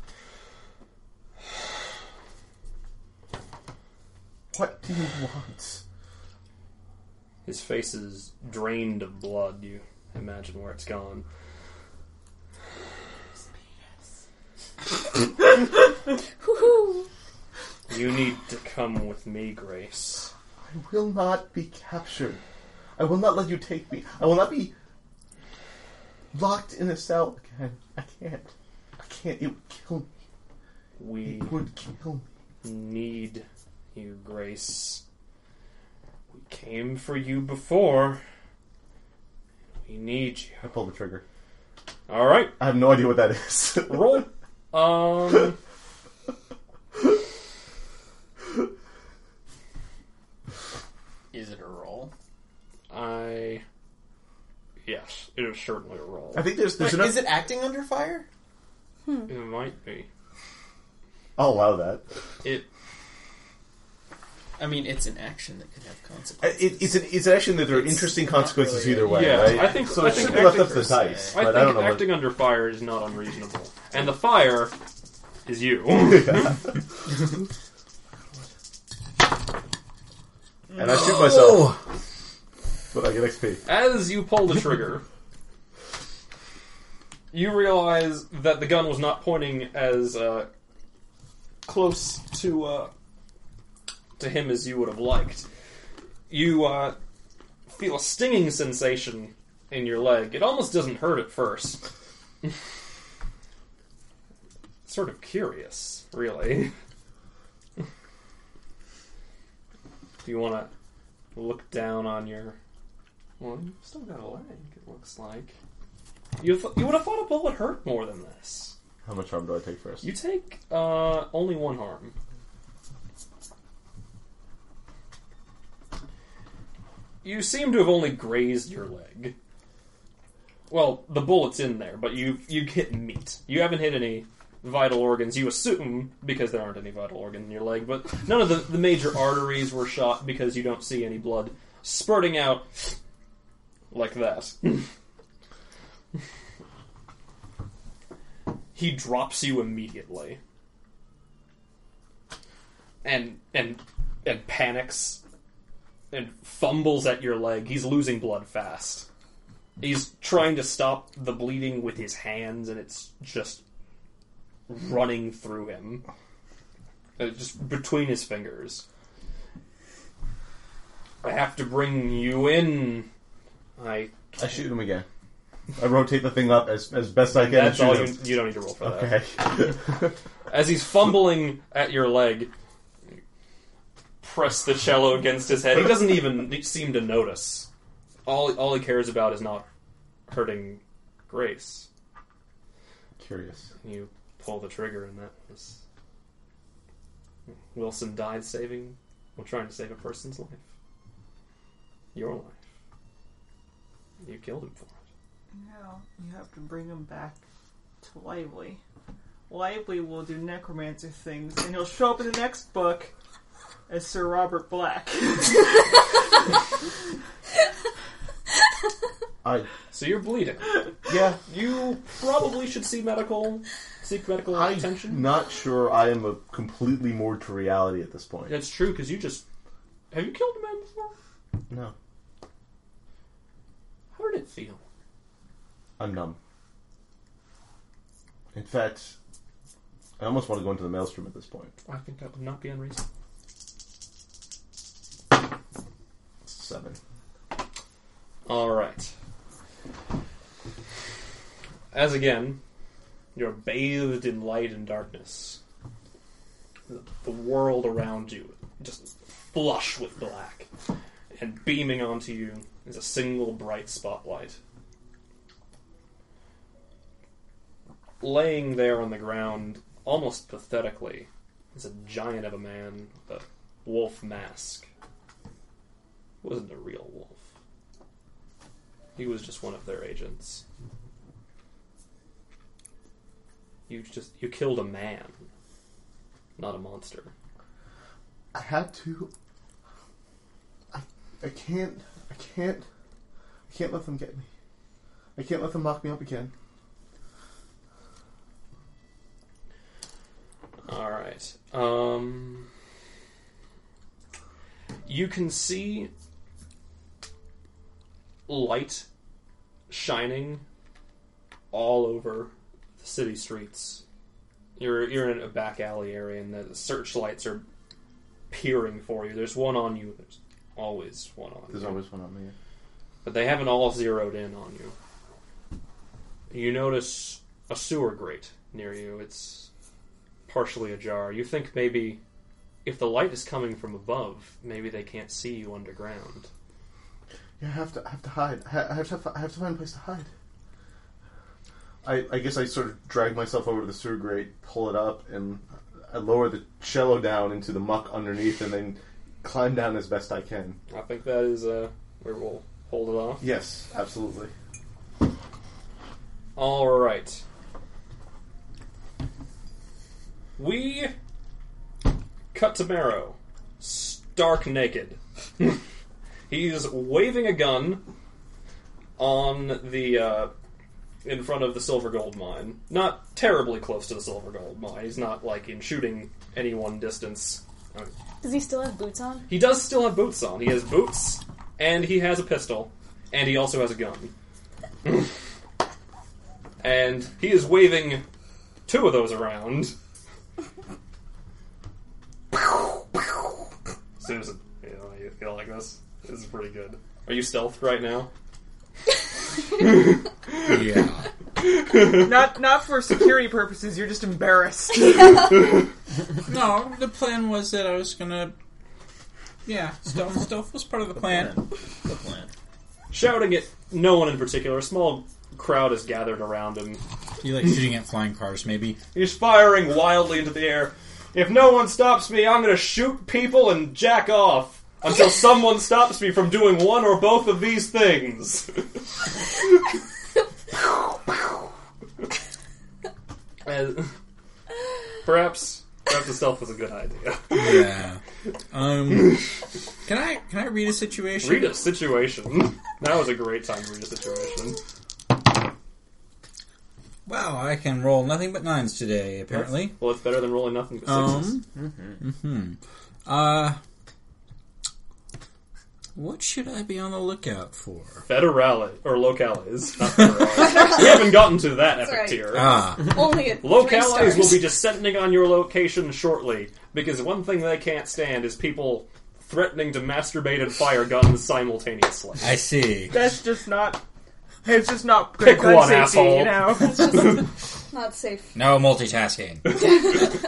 Speaker 2: What do you want?
Speaker 1: His face is drained of blood. You imagine where it's gone.
Speaker 3: Woohoo!
Speaker 1: You need to come with me, Grace.
Speaker 2: I will not be captured. I will not let you take me. I will not be locked in a cell again. I can't. I can't. It would kill me.
Speaker 1: We
Speaker 2: It would kill me.
Speaker 1: need you, Grace. We came for you before. We need you.
Speaker 2: I pulled the trigger.
Speaker 1: All right,
Speaker 2: I have no idea what that is.
Speaker 1: roll. Um,
Speaker 6: Is it a roll?
Speaker 1: I. Yes, it is certainly a roll.
Speaker 2: I think there's there's
Speaker 6: Wait,
Speaker 2: enough.
Speaker 6: is it acting under fire?
Speaker 1: It might be.
Speaker 2: I'll allow that.
Speaker 1: It
Speaker 6: I mean, it's an action that could have
Speaker 2: I-
Speaker 6: consequences.
Speaker 2: Uh, It, it's an it's an action that there are
Speaker 6: It's
Speaker 2: interesting
Speaker 6: not
Speaker 2: consequences
Speaker 6: really
Speaker 2: either way.
Speaker 1: Yeah,
Speaker 2: right?
Speaker 1: I think-
Speaker 2: so.
Speaker 1: I
Speaker 2: It's
Speaker 1: think
Speaker 2: should be left up to
Speaker 1: acting-
Speaker 2: the dice,
Speaker 1: I
Speaker 2: but
Speaker 1: think
Speaker 2: I don't know.
Speaker 1: acting under fire is not unreasonable, and the fire is you.
Speaker 2: what- and I shoot
Speaker 1: Oh.
Speaker 2: myself, but I get XP.
Speaker 1: As you pull the trigger, you realize that the gun was not pointing as uh, close to uh, to him as you would have liked. You uh, feel a stinging sensation in your leg. It almost doesn't hurt at first. sort of curious, really. Do you want to look down on your well, you've still got a leg, it looks like. You, th- you would have thought a bullet hurt more than this.
Speaker 2: How much harm do I take first?
Speaker 1: You take uh, only one harm. You seem to have only grazed your leg. Well, the bullet's in there, but you you hit meat. You haven't hit any vital organs. You assume because there aren't any vital organs in your leg, but none of the, the major arteries were shot because you don't see any blood spurting out like that. he drops you immediately and and and panics and fumbles at your leg he's losing blood fast he's trying to stop the bleeding with his hands and it's just running through him Uh, just between his fingers i have to bring you in i
Speaker 2: I shoot him again. I rotate the thing up as as best I can.
Speaker 1: that's
Speaker 2: and
Speaker 1: all
Speaker 2: shoot
Speaker 1: you,
Speaker 2: him.
Speaker 1: you don't need to roll for that
Speaker 2: Okay.
Speaker 1: as he's fumbling at your leg, press the cello against his head. He doesn't even seem to notice. All all he cares about is not hurting Grace.
Speaker 2: Curious.
Speaker 1: You pull the trigger, and that was Wilson died saving, well, trying to save a person's life. Your life. You killed him for it.
Speaker 5: Now you have to bring him back to Lively. Lively will do necromancer things, and he'll show up in the next book as Sir Robert Black.
Speaker 2: I
Speaker 1: So you're bleeding.
Speaker 2: yeah.
Speaker 1: You probably should see medical, seek medical attention.
Speaker 2: I'm not sure. I am a completely moored to reality at this point.
Speaker 1: That's true because you just have you killed a man before?
Speaker 2: No,
Speaker 1: How did it feel?
Speaker 2: I'm numb. In fact, I almost want to go into the maelstrom at this point.
Speaker 1: I think that would not be unreasonable.
Speaker 2: Seven.
Speaker 1: All right. As again, you're bathed in light and darkness. The, the world around you just flush with black, and beaming onto you is a single bright spotlight. Laying there on the ground, almost pathetically, is a giant of a man with a wolf mask. It wasn't a real wolf. He was just one of their agents. You just you killed a man, not a monster.
Speaker 2: I had to. I, I can't. I can't. I can't let them get me. I can't let them lock me up again.
Speaker 1: All right. Um, you can see light shining all over the city streets. You're you're in a back alley area, and the searchlights are peering for you. There's one on you. There's always one on. you
Speaker 2: always one on me.
Speaker 1: but they haven't all zeroed in on you. You notice a sewer grate near you. It's partially ajar. You think maybe if the light is coming from above, maybe they can't see you underground.
Speaker 2: Yeah, I have to. I have to hide. I ha- I have to. fi- I have to find a place to hide. I, I guess I sort of drag myself over to the sewer grate, pull it up, and I lower the cello down into the muck underneath, and then climb down as best I can.
Speaker 1: I think that is uh, where we'll hold it off.
Speaker 2: Yes, absolutely.
Speaker 1: All right. We cut to Marrow, stark naked. He's waving a gun on the uh, in front of the silver gold mine. Not terribly close to the silver gold mine. He's not like in shooting any one distance. I mean,
Speaker 3: Does he still have boots on?
Speaker 1: he does still have boots on. He has boots, and he has a pistol, and he also has a gun. and he is waving two of those around. Susan, you, know, you feel like this? This is pretty good. Are you stealthed right now?
Speaker 7: Yeah.
Speaker 5: Not not for security purposes. You're just embarrassed.
Speaker 7: No, the plan was that I was gonna. Yeah, stealth. Stealth was part of the plan.
Speaker 9: The plan.
Speaker 1: Shouting at no one in particular, a small crowd is gathered around him.
Speaker 7: You like shooting at flying cars, maybe?
Speaker 1: He's firing wildly into the air. If no one stops me, I'm going to shoot people and jack off until someone stops me from doing one or both of these things. Uh, perhaps, perhaps the stealth was a good idea.
Speaker 7: Yeah. Um. Can I can I read a situation?
Speaker 1: Read a situation. That was a great time to read a situation.
Speaker 7: Wow, I can roll nothing but nines today. Apparently.
Speaker 1: Well, it's better than rolling nothing but sixes.
Speaker 7: Um. mhm. Uh. What should I be on the lookout for?
Speaker 1: Federale, or locales. Not federales. we haven't gotten to that epic
Speaker 3: right.
Speaker 1: tier.
Speaker 7: Ah,
Speaker 3: Only at three
Speaker 1: Localities
Speaker 3: stars.
Speaker 1: will be descending on your location shortly, because one thing they can't stand is people threatening to masturbate and fire guns simultaneously.
Speaker 7: I see.
Speaker 5: That's just not. It's just not good
Speaker 1: Pick
Speaker 5: gun
Speaker 1: one,
Speaker 5: safety,
Speaker 1: asshole.
Speaker 5: you know.
Speaker 3: It's just not safe.
Speaker 7: No multitasking.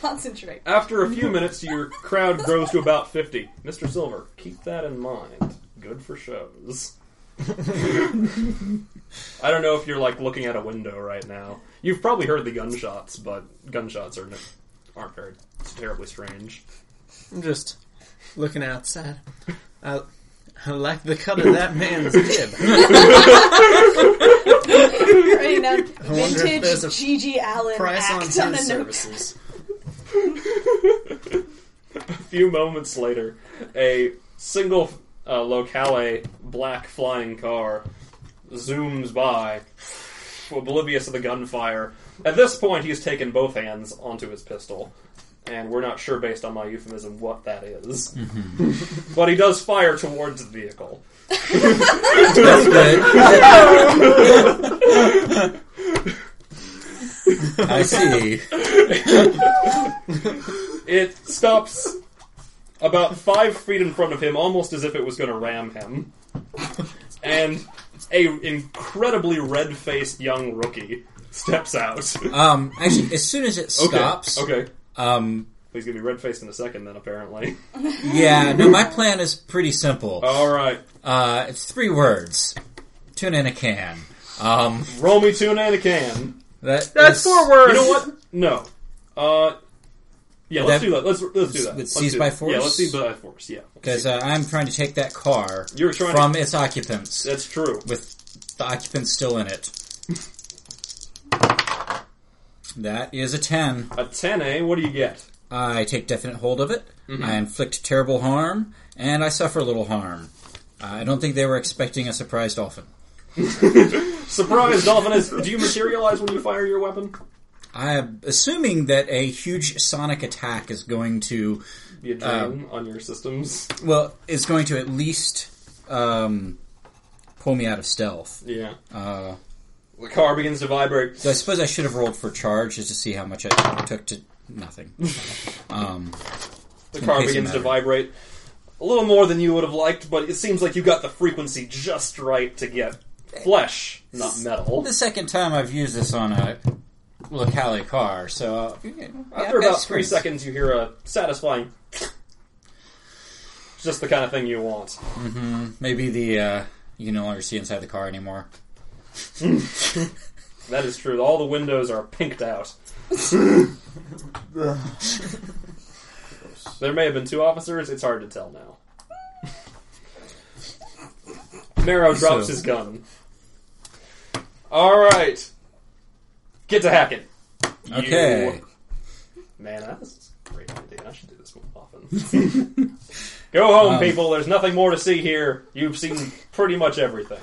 Speaker 3: Concentrate.
Speaker 1: After a few minutes, your crowd grows to about 50. Mr. Silver, keep that in mind. Good for shows. I don't know if you're like looking at a window right now. You've probably heard the gunshots, but gunshots are n- aren't very terribly strange.
Speaker 6: I'm just looking outside. I, I like the cut of that man's jib.
Speaker 3: Right now,
Speaker 6: wonder if
Speaker 3: vintage
Speaker 6: there's a
Speaker 3: Gigi Allen
Speaker 6: Price on
Speaker 3: act on,
Speaker 6: food
Speaker 3: a note.
Speaker 6: services.
Speaker 1: few moments later, a single uh, locale black flying car zooms by, oblivious of the gunfire. At this point, he's taken both hands onto his pistol, and we're not sure, based on my euphemism, what that is. but he does fire towards the vehicle.
Speaker 7: That's good. I see.
Speaker 1: It stops about five feet in front of him, almost as if it was going to ram him. And a incredibly red-faced young rookie steps out.
Speaker 7: Um, actually, as soon as it
Speaker 1: Okay,
Speaker 7: stops,
Speaker 1: Okay.
Speaker 7: um,
Speaker 1: He's gonna be red faced in a second then apparently.
Speaker 7: yeah, no, my plan is pretty simple.
Speaker 1: Alright.
Speaker 7: Uh, it's three words. Tune in a can. Um,
Speaker 1: Roll me two and a can.
Speaker 7: that
Speaker 5: That's
Speaker 7: is-
Speaker 5: four words.
Speaker 1: You know what? No. Uh yeah, let's
Speaker 7: That-
Speaker 1: do that. Let's let's do that.
Speaker 7: with
Speaker 1: Let's
Speaker 7: seized
Speaker 1: do
Speaker 7: by
Speaker 1: that.
Speaker 7: force?
Speaker 1: Yeah, let's seize by force. Yeah,
Speaker 7: Because uh, I'm trying to take that car
Speaker 1: You're trying
Speaker 7: from
Speaker 1: to-
Speaker 7: its occupants
Speaker 1: that's true.
Speaker 7: with the occupants still in it. That is a 10.
Speaker 1: A 10, eh? What do you get?
Speaker 7: I take definite hold of it.
Speaker 5: Mm-hmm.
Speaker 7: I inflict terrible harm, and I suffer little harm. I don't think they were expecting a surprise dolphin.
Speaker 1: Surprise, Dolphin is. Do you materialize when you fire your weapon?
Speaker 7: I am assuming that a huge sonic attack is going to
Speaker 1: Be a drain on your systems.
Speaker 7: well is going to at least um, pull me out of stealth.
Speaker 1: Yeah. the car begins to vibrate.
Speaker 7: So I suppose I should have rolled for charge just to see how much I took to nothing. um,
Speaker 1: The car
Speaker 7: case it
Speaker 1: begins to
Speaker 7: mattered.
Speaker 1: vibrate. A little more than you would have liked, but it seems like you got the frequency just right to get flesh, not metal.
Speaker 7: the second time I've used this on a locale car, so uh, yeah, I've
Speaker 1: After
Speaker 7: got
Speaker 1: about three
Speaker 7: experience.
Speaker 1: seconds, you hear a satisfying. It's just the kind of thing you want.
Speaker 7: maybe the uh, you can no longer see inside the car anymore.
Speaker 1: That is true. All the windows are pinked out. there may have been two officers. It's hard to tell now. Marrow drops
Speaker 7: So-
Speaker 1: his gun. All right, get to hacking.
Speaker 7: Okay,
Speaker 1: You- Man, that's a great idea. I should do this more often. Go home,
Speaker 7: Um,
Speaker 1: people. There's nothing more to see here. You've seen pretty much everything.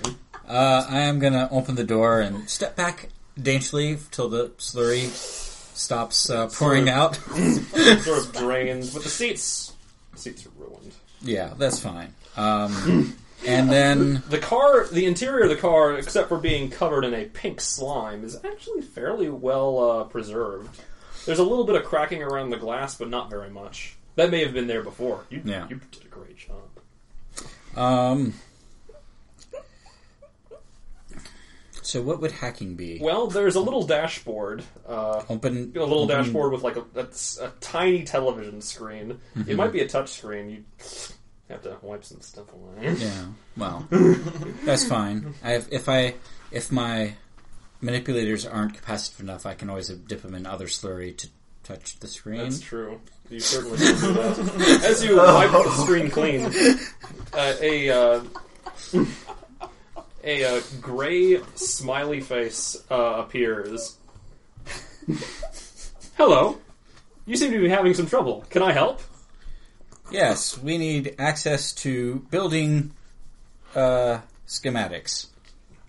Speaker 7: uh, I am gonna open the door and step back daintily till the slurry stops uh, pouring out.
Speaker 1: sort of drains, but the seats seats are ruined.
Speaker 7: yeah, that's fine. Um, and then
Speaker 1: The car, the interior of the car, except for being covered in a pink slime, is actually fairly well uh, preserved. There's a little bit of cracking around the glass, but not very much. That may have been there before. You,
Speaker 7: Yeah.
Speaker 1: you did a great job.
Speaker 7: Um. So what would hacking be?
Speaker 1: Well, there's a little dashboard, uh,
Speaker 7: open
Speaker 1: a little
Speaker 7: open-
Speaker 1: dashboard with like a, a- a tiny television screen.
Speaker 7: Mm-hmm.
Speaker 1: It might be a touch screen. You have to wipe some stuff away.
Speaker 7: Yeah. Well, that's fine. I have, if I if my manipulators aren't capacitive enough, I can always dip them in other slurry to touch the screen.
Speaker 1: That's true. You certainly can do that. As you wipe the screen clean, uh, a uh, a uh, gray smiley face uh, appears. Hello. You seem to be having some trouble. Can I help?
Speaker 7: Yes, we need access to building uh, schematics.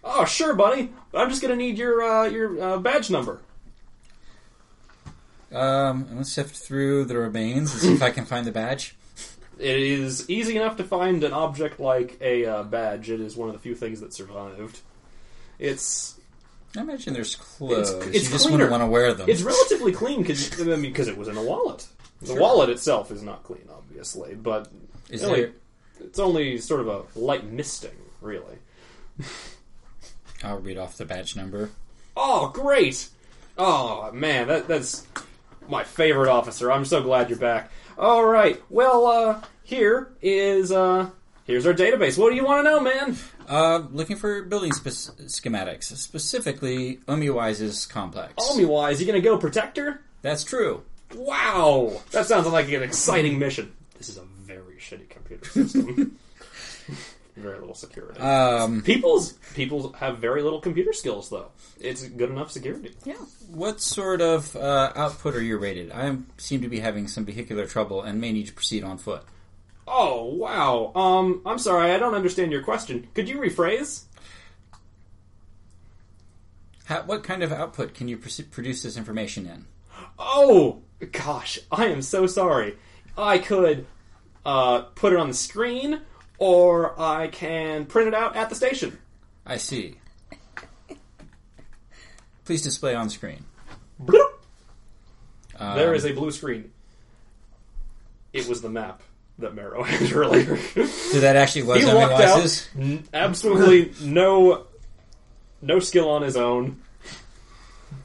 Speaker 1: Oh, sure, buddy. I'm just gonna need your uh, your uh, badge number.
Speaker 7: Um, I'm gonna sift through the remains and see if I can find the badge.
Speaker 1: It is easy enough to find an object like a uh, badge. It is one of the few things that survived. It's
Speaker 7: I imagine there's clothes.
Speaker 1: it's
Speaker 7: you just
Speaker 1: cleaner.
Speaker 7: wouldn't want to wear them.
Speaker 1: It's relatively clean because I mean, 'cause it was in a wallet. The wallet itself is not clean, obviously, but
Speaker 7: Is
Speaker 1: it only-
Speaker 7: there-
Speaker 1: it's only sort of a light misting, really.
Speaker 7: I'll read off the badge number.
Speaker 1: Oh, great! Oh man, that that's my favorite officer. I'm so glad you're back. All right, well, uh, here is uh, here's our database. What do you want to know, man?
Speaker 7: Uh, looking for building spec- schematics, specifically Omiwise's complex.
Speaker 1: Tell me why. Is he gonna go protector?
Speaker 7: That's true.
Speaker 1: Wow, that sounds like an exciting mission. This is a very shitty computer system. very little security.
Speaker 7: Um,
Speaker 1: People's people have very little computer skills, though. It's good enough security.
Speaker 3: Yeah.
Speaker 7: what sort of uh, output are you rated? I am- seem to be having some vehicular trouble and may need to proceed on foot.
Speaker 1: Oh wow. Um, I'm sorry, I don't understand your question. Could you rephrase?
Speaker 7: How, what kind of output can you pr- produce this information in?
Speaker 1: Oh gosh, I am so sorry. I could uh, put it on the screen, or I can print it out at the station.
Speaker 7: I see. Please display on screen.
Speaker 1: Bloop.
Speaker 7: Um,
Speaker 1: There is a blue screen. It was the map that Marrow had earlier.
Speaker 7: So that actually was
Speaker 1: he walked out,
Speaker 7: Omiwise's.
Speaker 1: n- absolutely no, no skill on his own,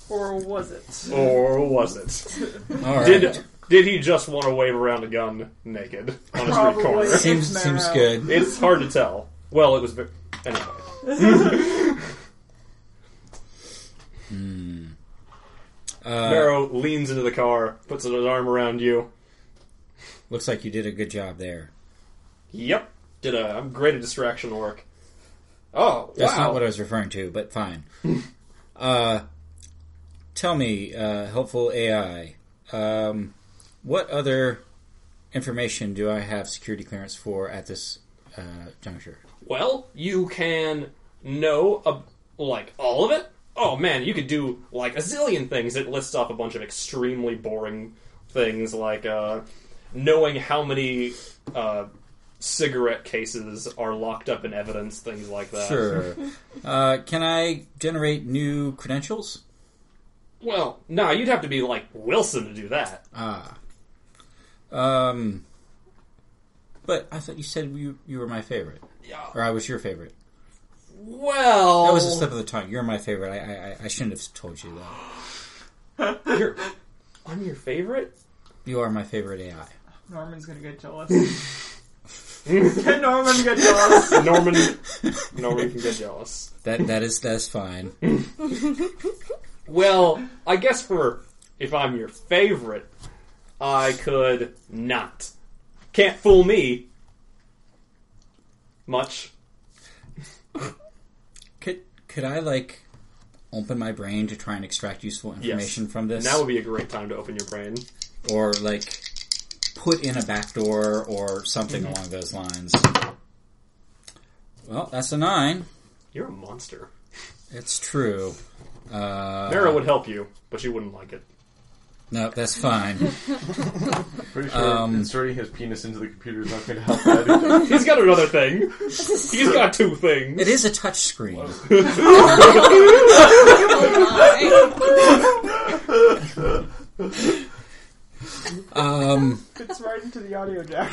Speaker 5: Or was it?
Speaker 1: or was it?
Speaker 7: All right.
Speaker 1: Did did he just want to wave around a gun naked on a street corner?
Speaker 5: Probably.
Speaker 7: seems
Speaker 5: It's
Speaker 7: seems
Speaker 5: Marrow.
Speaker 7: good.
Speaker 1: It's hard to tell. Well, it was ve- anyway. Barrow leans into the car, puts his arm around you.
Speaker 7: Looks like you did a good job there.
Speaker 1: Yep, did a great distraction work. Oh,
Speaker 7: That's
Speaker 1: wow.
Speaker 7: not what I was referring to, but fine. uh, Tell me, uh, helpful AI, um, what other information do I have security clearance for at this uh, juncture?
Speaker 1: Well, you can know uh, like all of it. Oh man, you could do like a zillion things. It lists off a bunch of extremely boring things, like uh, knowing how many uh, cigarette cases are locked up in evidence, things like that.
Speaker 7: Sure. uh, can I generate new credentials?
Speaker 1: Well, no, you'd have to be like Wilson to do that.
Speaker 7: Ah. Um. But I thought you said you you were my favorite,
Speaker 1: Yeah.
Speaker 7: or I was your favorite.
Speaker 1: Well,
Speaker 7: That was a slip of the tongue. You're my favorite. I I, I- I shouldn't have told you that.
Speaker 1: You're, I'm your favorite.
Speaker 7: You are my favorite AI.
Speaker 5: Norman's gonna get jealous. Can Norman get jealous?
Speaker 1: Norman, Norman can get jealous.
Speaker 7: That that is that's fine.
Speaker 1: Well, I guess for if I'm your favorite, I could not. Can't fool me. Much.
Speaker 7: Could could I like open my brain to try and extract useful information from this,
Speaker 1: Now would be a great time to open your brain.
Speaker 7: or like put in a backdoor or something along those lines? Well, that's a nine.
Speaker 1: You're a monster.
Speaker 7: It's true. Uh,
Speaker 1: Mara would help you, but she wouldn't like it.
Speaker 7: no, that's fine.
Speaker 2: Pretty sure inserting his penis into the computer is not going to help that.
Speaker 1: He's got another thing. He's got two things.
Speaker 7: It is a touch screen.
Speaker 3: Oh my.
Speaker 7: Um,
Speaker 5: Fits right into the audio jack.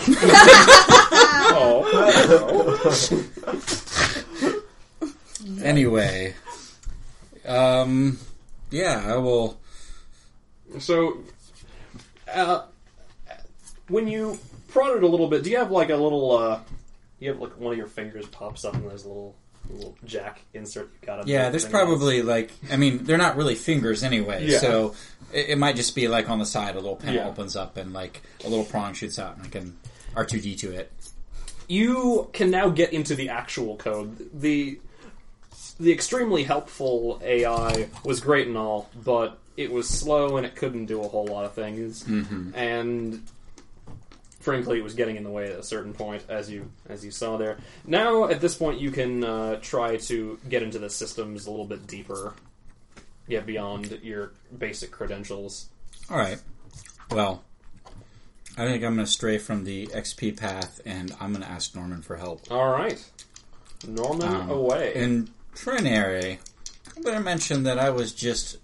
Speaker 1: Oh.
Speaker 7: anyway, um, yeah, I will.
Speaker 1: So, uh, when you prod it a little bit, do you have like a little? uh You have like one of your fingers pops up and there's a little little jack insert you got. on
Speaker 7: Yeah,
Speaker 1: the
Speaker 7: there's
Speaker 1: thing.
Speaker 7: probably like, I mean, they're not really fingers anyway,
Speaker 1: Yeah.
Speaker 7: so it, it might just be like on the side, a little panel
Speaker 1: Yeah.
Speaker 7: opens up and like a little prong shoots out, and I can R two D to it.
Speaker 1: you can now get into the actual code. The the extremely helpful AI was great and all, but it was slow and it couldn't do a whole lot of things. And frankly, it was getting in the way at a certain point, as you as you saw there. Now, at this point, you can uh, try to get into the systems a little bit deeper, yeah, beyond your basic credentials.
Speaker 7: All right. Well, I think I'm going to stray from the XP path, and I'm going to ask Norman for help.
Speaker 1: All right, Norman
Speaker 7: Um,
Speaker 1: away.
Speaker 7: In Trinary, I better mention that I was just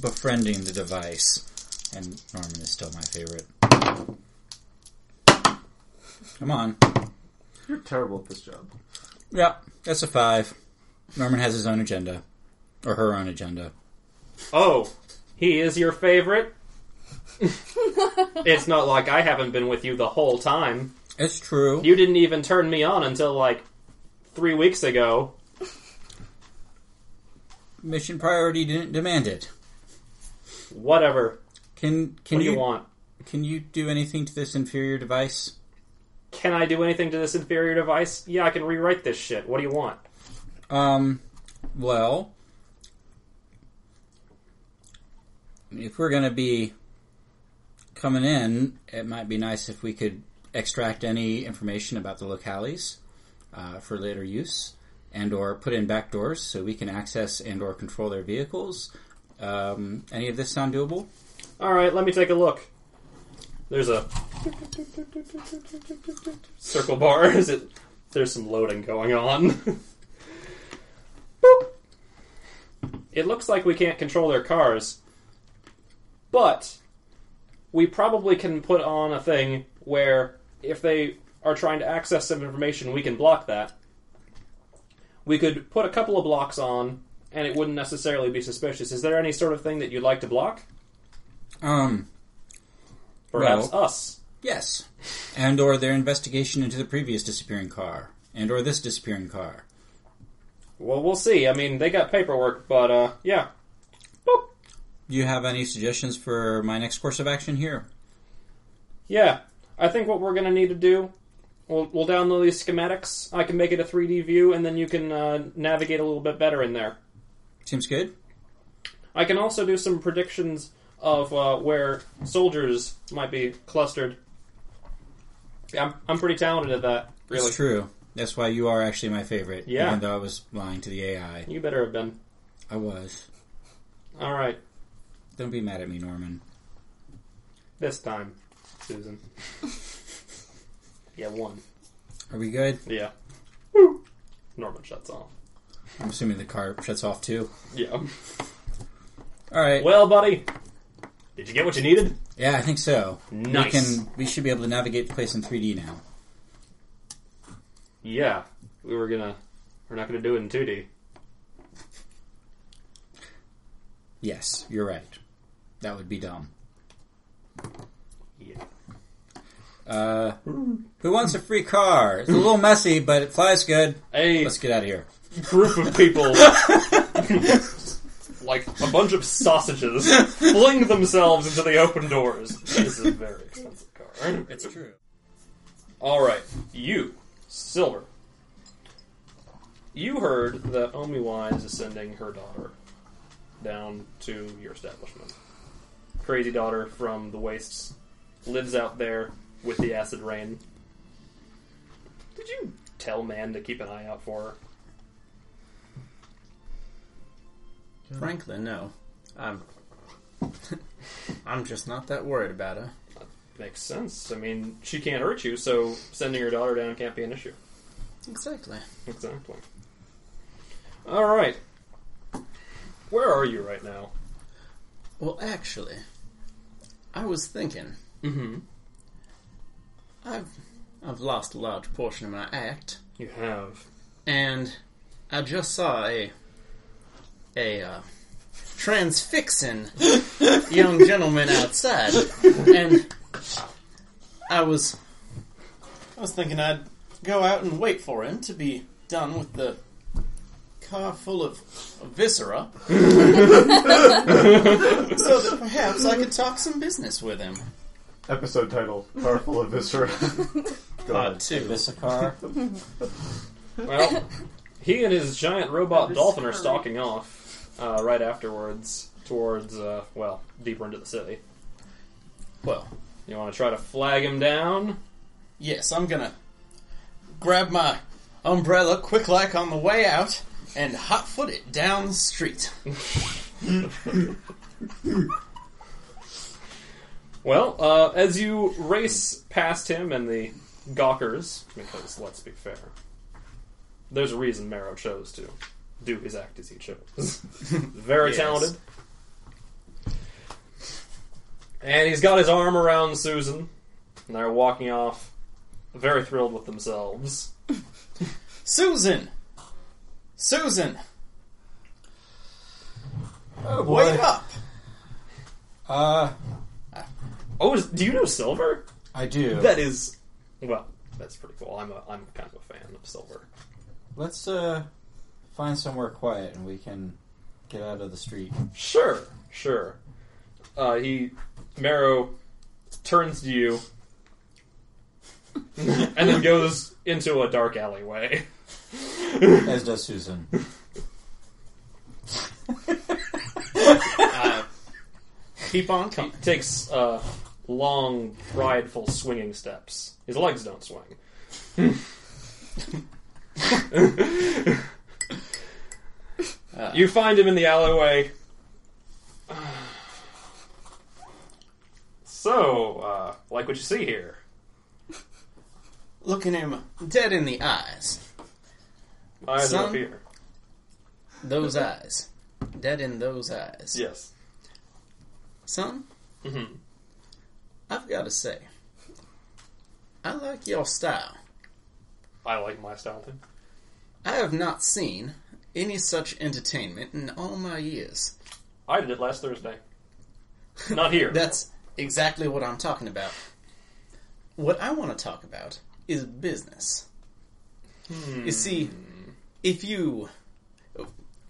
Speaker 7: befriending the device, and Norman is still my favorite. Come on.
Speaker 2: You're terrible at this job.
Speaker 7: Yeah, that's a five. Norman has his own agenda, or her own agenda.
Speaker 1: Oh, he is your favorite? it's not like I haven't been with you the whole time.
Speaker 7: It's true.
Speaker 1: You didn't even turn me on until like three weeks ago.
Speaker 7: Mission priority didn't demand it.
Speaker 1: Whatever.
Speaker 7: Can can
Speaker 1: what do
Speaker 7: you,
Speaker 1: you want?
Speaker 7: can you do anything to this inferior device?
Speaker 1: Can I do anything to this inferior device? Yeah, I can rewrite this shit. What do you want?
Speaker 7: Um, well, if we're going to be coming in, it might be nice if we could extract any information about the locales uh, for later use and or put in back doors so we can access and or control their vehicles. Um, any of this sound doable?
Speaker 1: Alright, let me take a look. There's a circle bar. Is it there's some loading going on. Boop. It looks like we can't control their cars. But we probably can put on a thing where if they are trying to access some information, we can block that. We could put a couple of blocks on and it wouldn't necessarily be suspicious. Is there any sort of thing that you'd like to block?
Speaker 7: Um,
Speaker 1: Perhaps
Speaker 7: Well-
Speaker 1: us.
Speaker 7: yes. And or their investigation into the previous disappearing car and or this disappearing car.
Speaker 1: Well, we'll see. I mean, they got paperwork, but uh, yeah. Boop.
Speaker 7: Do you have any suggestions for my next course of action here?
Speaker 1: Yeah, I think what we're gonna need to do, we'll, we'll download these schematics. I can make it a 3D view, and then you can uh, navigate a little bit better in there.
Speaker 7: Seems good.
Speaker 1: I can also do some predictions of uh, where soldiers might be clustered. Yeah, I'm, I'm pretty talented at that, really.
Speaker 7: It's true. That's why you are actually my favorite.
Speaker 1: Yeah.
Speaker 7: Even though I was lying to the AI.
Speaker 1: You better have been.
Speaker 7: I was.
Speaker 1: All right,
Speaker 7: Don't be mad at me, Norman.
Speaker 1: this time, Susan. yeah, one.
Speaker 7: Are we good?
Speaker 1: Yeah. Norman shuts off.
Speaker 7: I'm assuming the car shuts off too.
Speaker 1: Yeah.
Speaker 7: All right.
Speaker 1: Well, buddy, did you get what you needed?
Speaker 7: yeah, I think so.
Speaker 1: Nice.
Speaker 7: We can. We should be able to navigate the place in 3D now.
Speaker 1: Yeah, we were gonna. We're not gonna do it in 2D.
Speaker 7: Yes, you're right. That would be dumb.
Speaker 1: Yeah.
Speaker 7: Uh, who wants a free car? It's a little messy, but it flies good.
Speaker 1: A
Speaker 7: Let's get out of here.
Speaker 1: group of people, like a bunch of sausages, fling themselves into the open doors. This is a very expensive car.
Speaker 7: It's true.
Speaker 1: All right, you, Silver. You heard that Omiwise is sending her daughter down to your establishment. Crazy daughter from the wastes lives out there with the acid rain. Did you tell Man to keep an eye out for her?
Speaker 6: Franklin, no. I'm. I'm just not that worried about her.
Speaker 1: Makes sense. I mean, she can't hurt you, so sending your daughter down can't be an issue.
Speaker 6: Exactly.
Speaker 1: Exactly. All right. Where are you right now?
Speaker 6: Well, actually, I was thinking.
Speaker 1: Mhm.
Speaker 6: I've I've lost a large portion of my act,
Speaker 1: You have.
Speaker 6: and I just saw a a uh, transfixing young gentleman outside, and I was I was thinking I'd go out and wait for him to be done with the car full of viscera, so that perhaps I could talk some business with him.
Speaker 2: Episode title: Powerful of Viscera. Go
Speaker 6: Part
Speaker 2: ahead.
Speaker 6: two.
Speaker 7: This a car?
Speaker 1: Well, he and his giant robot
Speaker 5: That is
Speaker 1: dolphin are
Speaker 5: scary.
Speaker 1: stalking off uh, right afterwards towards, uh, well, deeper into the city.
Speaker 6: Well,
Speaker 1: You want to try to flag him down?
Speaker 6: Yes, I'm gonna grab my umbrella quick like on the way out and hot foot it down the street.
Speaker 1: Well, uh, as you race past him and the gawkers, because let's be fair, there's a reason Marrow chose to do his act as he chose. Very
Speaker 6: Yes.
Speaker 1: talented. And he's got his arm around Susan, and they're walking off, very thrilled with themselves.
Speaker 6: Susan! Susan! Wait up!
Speaker 7: Uh,
Speaker 1: Oh, is, do you know Silver?
Speaker 7: I do.
Speaker 1: That is, well, that's pretty cool. I'm a, I'm kind of a fan of Silver.
Speaker 7: Let's uh find somewhere quiet and we can get out of the street.
Speaker 1: Sure, sure. Uh, he Marrow turns to you and then goes into a dark alleyway.
Speaker 7: As does Susan.
Speaker 6: uh, Keep on coming.
Speaker 1: Takes uh, long, prideful, swinging steps. His legs don't swing. you find him in the alleyway. So, uh, like what you see here.
Speaker 6: Looking him dead in the eyes.
Speaker 1: Eyes are up
Speaker 6: Son?
Speaker 1: here.
Speaker 6: Those eyes. Dead in those eyes.
Speaker 1: Yes.
Speaker 6: Son,
Speaker 1: Mm-hmm.
Speaker 6: I've gotta say, I like your style.
Speaker 1: I like my style too.
Speaker 6: I have not seen any such entertainment in all my years.
Speaker 1: I did it last Thursday. Not here.
Speaker 6: That's exactly what I'm talking about. What I want to talk about is business. You see, if you,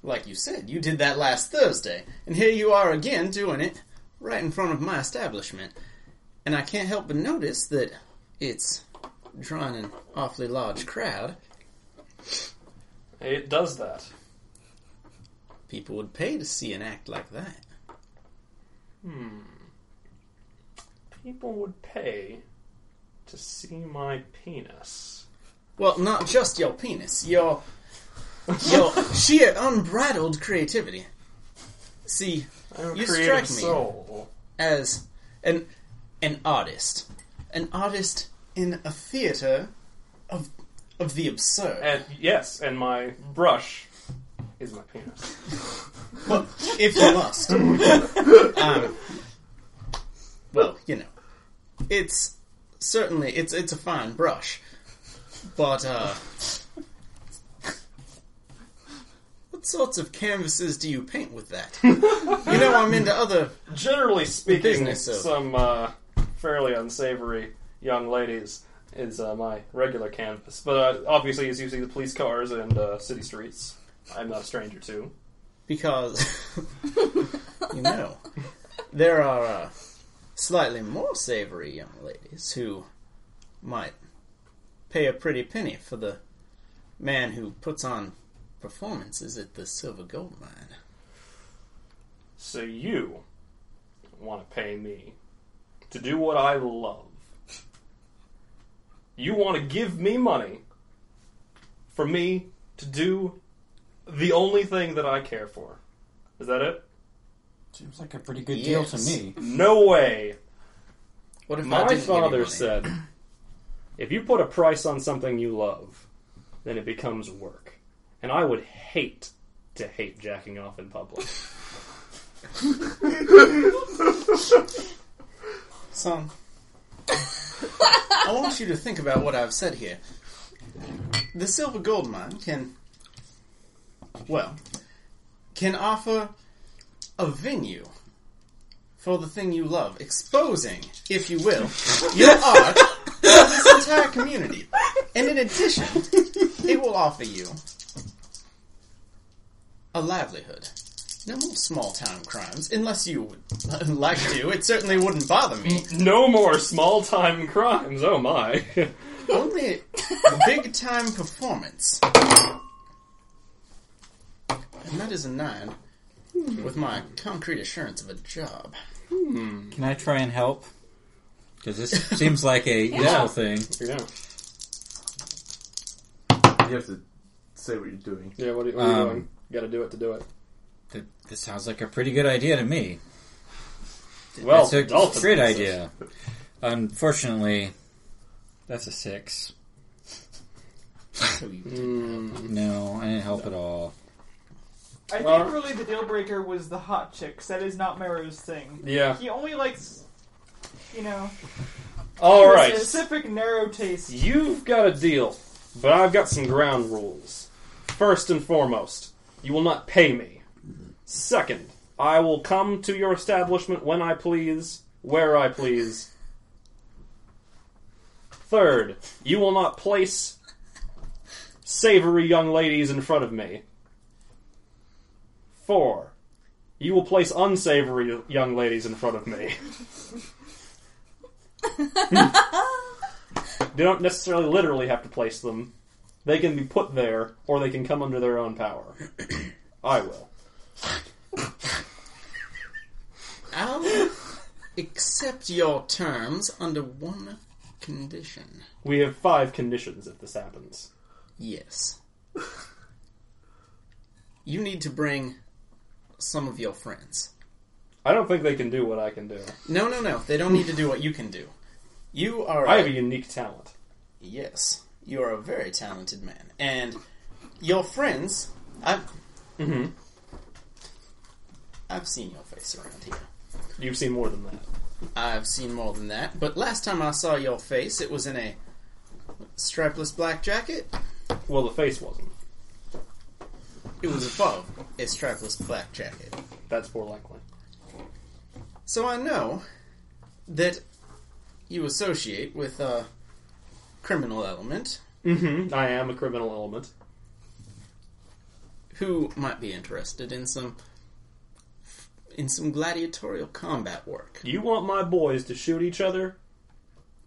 Speaker 6: like you said, you did that last Thursday, and here you are again doing it right in front of my establishment, and I can't help but notice that it's drawing an awfully large crowd.
Speaker 1: it does that.
Speaker 6: People would pay to see an act like that.
Speaker 1: People would pay to see my penis.
Speaker 6: Well, not just your penis, your your sheer unbridled creativity. See,
Speaker 1: I'm a
Speaker 6: You
Speaker 1: creative
Speaker 6: strike me.
Speaker 1: soul.
Speaker 6: as an an artist, an artist in a theater of of the absurd.
Speaker 1: And yes, and my brush is my penis.
Speaker 6: if you must. um, well, you know, it's certainly it's it's a fine brush, but uh, what sorts of canvases do you paint with that? You know, I'm into other.
Speaker 1: Generally speaking,
Speaker 6: business of-
Speaker 1: some uh, fairly unsavory young ladies is uh, my regular canvas. But uh, obviously, it's usually the police cars and uh, city streets. I'm not a stranger to.
Speaker 6: because you know there are uh, slightly more savory young ladies who might pay a pretty penny for the man who puts on performances at the silver gold mine.
Speaker 1: So you want to pay me to do what I love. You want to give me money for me to do the only thing that I care for. Is that it?
Speaker 7: Seems like a pretty good deal to
Speaker 6: Yes.
Speaker 7: me.
Speaker 1: No way.
Speaker 6: What if I
Speaker 1: My
Speaker 6: didn't give you
Speaker 1: father
Speaker 6: money?
Speaker 1: said if you put a price on something you love, then it becomes work. And I would hate to hate jacking off in public.
Speaker 6: Son, I want you to think about what I've said here. The silver gold mine can, well, can offer a venue for the thing you love, exposing, if you will, your art to this entire community. And in addition, it will offer you a livelihood. No more small town crimes, unless you would like to. It certainly wouldn't bother me.
Speaker 1: no more small time crimes. Oh my.
Speaker 6: Only big time performance. And that is a nine with my concrete assurance of a job.
Speaker 7: Can I try and help? Because this seems like a useful thing.
Speaker 1: yeah.
Speaker 2: You have to say what you're doing.
Speaker 1: Yeah, what are, what are you
Speaker 7: Um,
Speaker 1: doing? You gotta do it to do it.
Speaker 7: That, that sounds like a pretty good idea to me.
Speaker 1: Well,
Speaker 7: that's
Speaker 1: Dalton
Speaker 7: a great
Speaker 1: thinks
Speaker 7: idea. Unfortunately, that's a six.
Speaker 6: So you did.
Speaker 7: No, I didn't help at all.
Speaker 5: I
Speaker 1: Well-
Speaker 5: think really the deal breaker was the hot chicks. That is not Meru's thing.
Speaker 1: so. Yeah.
Speaker 5: He only likes, you know,
Speaker 1: All right.
Speaker 5: specific narrow taste.
Speaker 1: You've got a deal, but I've got some ground rules. First and foremost, you will not pay me. Second, I will come to your establishment when I please, where I please. Third, you will not place savory young ladies in front of me. Four, you will place unsavory young ladies in front of me. They don't necessarily literally have to place them. They can be put there, or they can come under their own power. I will.
Speaker 6: I'll accept your terms under one condition.
Speaker 1: We have five conditions if this happens.
Speaker 6: Yes. You need to bring some of your friends.
Speaker 1: I don't think they can do what I can do.
Speaker 6: No, no, no. They don't need to do what you can do. You are.
Speaker 1: I have a unique talent.
Speaker 6: Yes, you are a very talented man, and your friends. I've mm-hmm. I've seen your face around here.
Speaker 1: You've seen more than that.
Speaker 6: I've seen more than that, but last time I saw your face, it was in a strapless black jacket.
Speaker 1: Well, the face wasn't.
Speaker 6: It was above a strapless black jacket.
Speaker 1: That's more likely.
Speaker 6: So I know that you associate with a criminal element
Speaker 1: Mm-hmm. I am a criminal element.
Speaker 6: who might be interested in some in some gladiatorial combat work.
Speaker 1: You want my boys to shoot each other?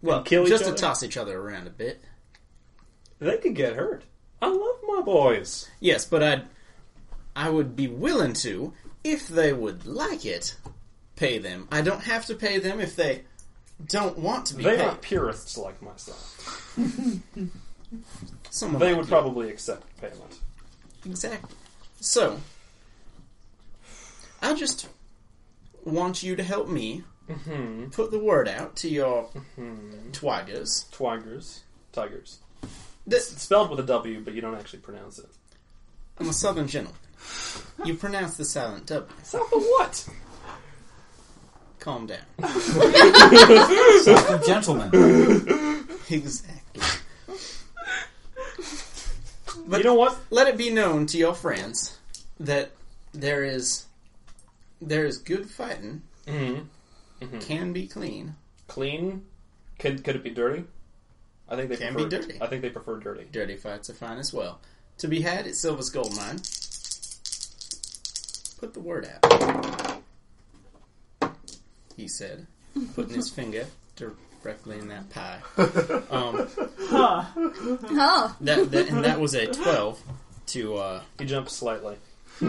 Speaker 6: Well,
Speaker 1: kill each
Speaker 6: just
Speaker 1: other?
Speaker 6: to toss each other around a bit.
Speaker 1: They could get hurt. I love my boys.
Speaker 6: Yes, but I'd I would be willing to, if they would like it, pay them. I don't have to pay them if they don't want to be
Speaker 1: They
Speaker 6: paid.
Speaker 1: aren't purists like myself.
Speaker 6: Someone
Speaker 1: They
Speaker 6: like
Speaker 1: would
Speaker 6: you.
Speaker 1: probably accept payment.
Speaker 6: Exactly. So, I just want you to help me
Speaker 1: Mm-hmm.
Speaker 6: put the word out to your twaggers.
Speaker 1: Twigers. Tigers.
Speaker 6: This,
Speaker 1: It's spelled with a W, but you don't actually pronounce it.
Speaker 6: I'm a southern gentleman. You pronounce the silent W.
Speaker 1: South of what?
Speaker 6: Calm down.
Speaker 7: Southern gentleman.
Speaker 6: Exactly.
Speaker 1: you know what?
Speaker 6: Let it be known to your friends that there is there is good fighting. Can be clean.
Speaker 1: Clean. Could, could it be dirty? I think they
Speaker 6: Can
Speaker 1: prefer,
Speaker 6: be dirty.
Speaker 1: I think they prefer dirty.
Speaker 6: Dirty fights are fine as well. To be had at Silver's Gold Mine. Put the word out. He said, putting his finger directly in that pie. Um,
Speaker 3: Oh,
Speaker 6: that, that and that was a twelve to uh,
Speaker 1: He jumps slightly.
Speaker 6: So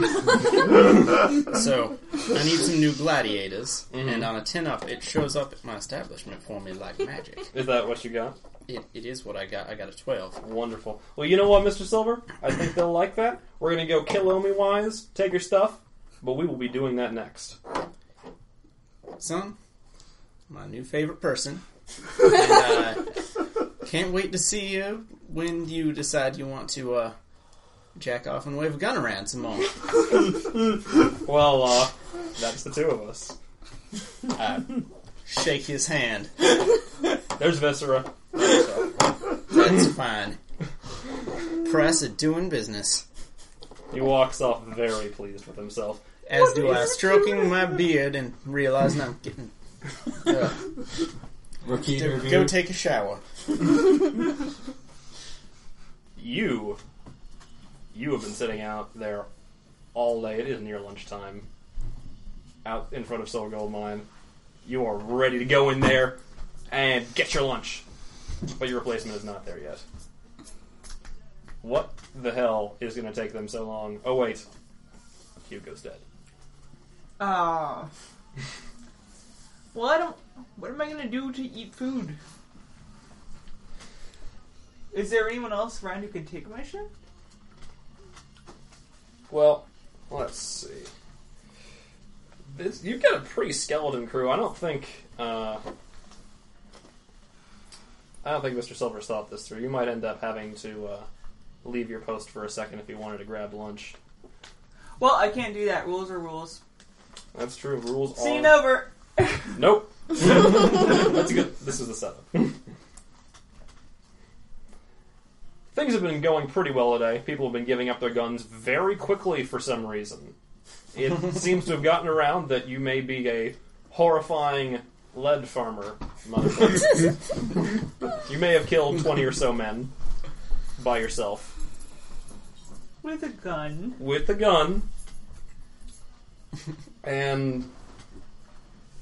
Speaker 6: I need some new gladiators, and on a ten up, it shows up at my establishment for me like magic.
Speaker 1: Is that what you got?
Speaker 6: It, it is what I got. I got a twelve.
Speaker 1: Wonderful. Well, you know what, Mr. Silver? I think they'll like that. We're going to go kill Omi Wise, take her stuff, but we will be doing that next.
Speaker 6: Son, my new favorite person. and I can't wait to see you when you decide you want to uh, jack off and wave a gun around some more.
Speaker 1: Well, uh, that's the two of us.
Speaker 6: Shake his hand.
Speaker 1: There's Viscera.
Speaker 6: That's fine. Press of doing business.
Speaker 1: He walks off very pleased with himself.
Speaker 6: As do I, stroking my beard and realizing I'm getting. Uh,
Speaker 7: Repeater.
Speaker 6: go take a shower.
Speaker 1: You, you have been sitting out there all day. It is near lunchtime. Out in front of Silver Gold Mine. You are ready to go in there and get your lunch. But your replacement is not there yet. What the hell is going to take them so long? Oh, wait. Hugo's dead.
Speaker 5: Ah. well, I don't. What am I gonna do to eat food? Is there anyone else around who can take my shit?
Speaker 1: Well, let's see. This, you've got a pretty skeleton crew. I don't think. Uh, I don't think Mr. Silver's thought this through. You might end up having to uh, leave your post for a second if you wanted to grab lunch.
Speaker 5: Well, I can't do that. Rules are rules.
Speaker 1: That's true. Rules are.
Speaker 5: Scene over.
Speaker 1: Nope. That's a good. This is the setup. Things have been going pretty well today. People have been giving up their guns very quickly for some reason. It seems to have gotten around that you may be a horrifying lead farmer, motherfucker. you may have killed twenty or so men by yourself
Speaker 5: With a gun.
Speaker 1: with a gun, and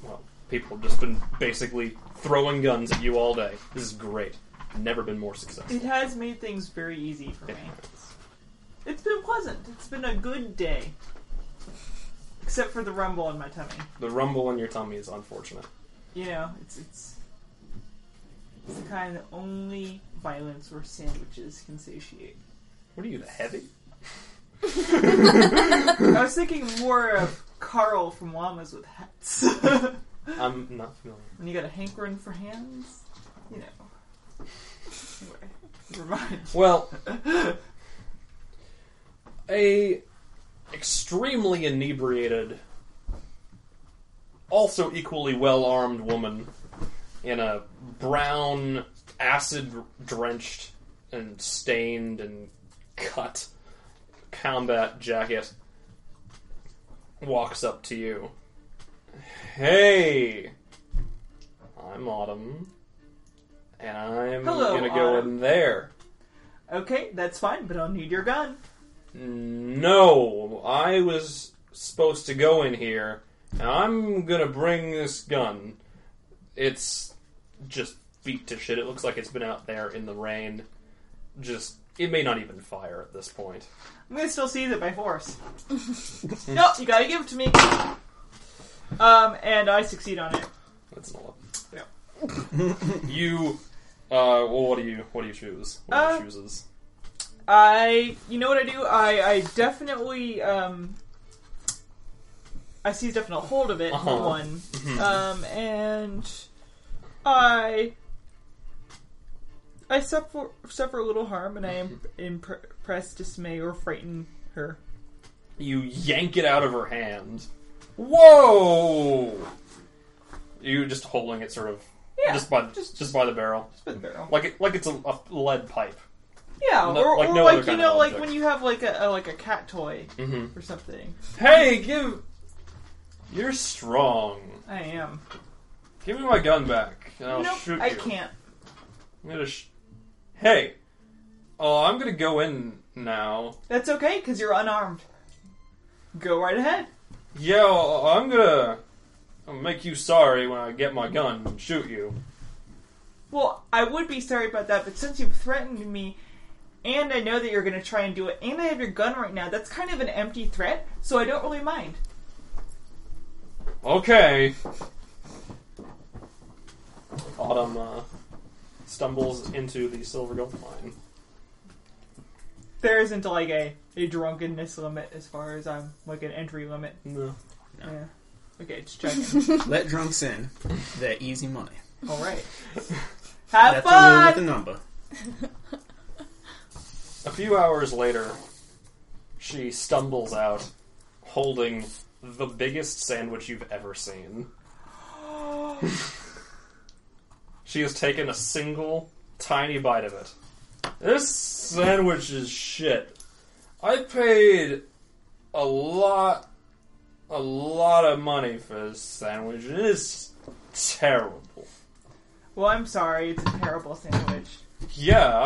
Speaker 1: well, people have just been basically throwing guns at you all day. This is great. Never been more successful.
Speaker 5: It has made things very easy for me. It's been pleasant. It's been a good day. Except for the rumble in my tummy.
Speaker 1: The rumble in your tummy is unfortunate.
Speaker 5: You know, it's it's it's the kind that only violence or sandwiches can satiate.
Speaker 1: What are you, the heavy?
Speaker 5: I was thinking more of Carl from Llamas with Hats.
Speaker 1: I'm not familiar.
Speaker 5: when you got a hankering for hands, you know. Anyway, remind.
Speaker 1: Well, a extremely inebriated, also equally well armed woman in a brown, acid drenched and stained and cut combat jacket walks up to you. Hey, I'm Autumn, and I'm
Speaker 5: Hello,
Speaker 1: gonna go
Speaker 5: Autumn.
Speaker 1: in there.
Speaker 5: Okay, that's fine, but I'll need your gun.
Speaker 1: No, I was supposed to go in here, and I'm gonna bring this gun. It's just beat to shit. It looks like it's been out there in the rain, just It may not even fire at this point.
Speaker 5: I'm gonna still seize it by force. no, you gotta give it to me. Um, and I succeed on it.
Speaker 1: That's an eleven. Yeah. you. Uh, well, what do you what do you choose? What do
Speaker 5: Uh,
Speaker 1: you chooses?
Speaker 5: I, you know what I do? I, I definitely, um, I seized up and a hold of it for
Speaker 1: Uh-huh.
Speaker 5: one, um, and I, I suffer suffer a little harm, and I am impressed, dismay, or frighten her.
Speaker 1: You yank it out of her hand. Whoa! You just holding it, sort of,
Speaker 5: Yeah,
Speaker 1: just by
Speaker 5: just-
Speaker 1: just, by the barrel,
Speaker 5: with a barrel.
Speaker 1: like it, like it's a, a lead pipe.
Speaker 5: Yeah,
Speaker 1: No-
Speaker 5: or
Speaker 1: like
Speaker 5: or
Speaker 1: no other
Speaker 5: like you
Speaker 1: kind
Speaker 5: know,
Speaker 1: of
Speaker 5: like
Speaker 1: object.
Speaker 5: when you have like a, a like a cat toy
Speaker 1: Mm-hmm.
Speaker 5: or something.
Speaker 1: Hey, give. You're strong.
Speaker 5: I am.
Speaker 1: Give me my gun back, and I'll
Speaker 5: nope,
Speaker 1: shoot
Speaker 5: I
Speaker 1: you.
Speaker 5: can't.
Speaker 1: I'm gonna sh- hey, oh, I'm gonna go in now.
Speaker 5: That's okay because you're unarmed. Go right ahead.
Speaker 1: Yeah, well, I'm gonna I'll make you sorry when I get my gun and shoot you.
Speaker 5: Well, I would be sorry about that, but since you've threatened me, and I know that you're going to try and do it, and I have your gun right now, that's kind of an empty threat, so I don't really mind.
Speaker 1: Okay. Autumn uh, stumbles into the silver gold mine.
Speaker 5: There isn't like a, a drunkenness limit as far as I'm like an entry limit.
Speaker 1: No.
Speaker 5: Yeah. Okay, just checking.
Speaker 6: Let drunks in. They're easy money.
Speaker 5: All right. Have
Speaker 6: That's the rule with the
Speaker 5: fun.
Speaker 6: number.
Speaker 1: A few hours later, she stumbles out holding the biggest sandwich you've ever seen. she has taken a single tiny bite of it. This sandwich is shit. I paid a lot, a lot of money for this sandwich. It is terrible.
Speaker 5: Well, I'm sorry. It's a terrible sandwich.
Speaker 1: Yeah,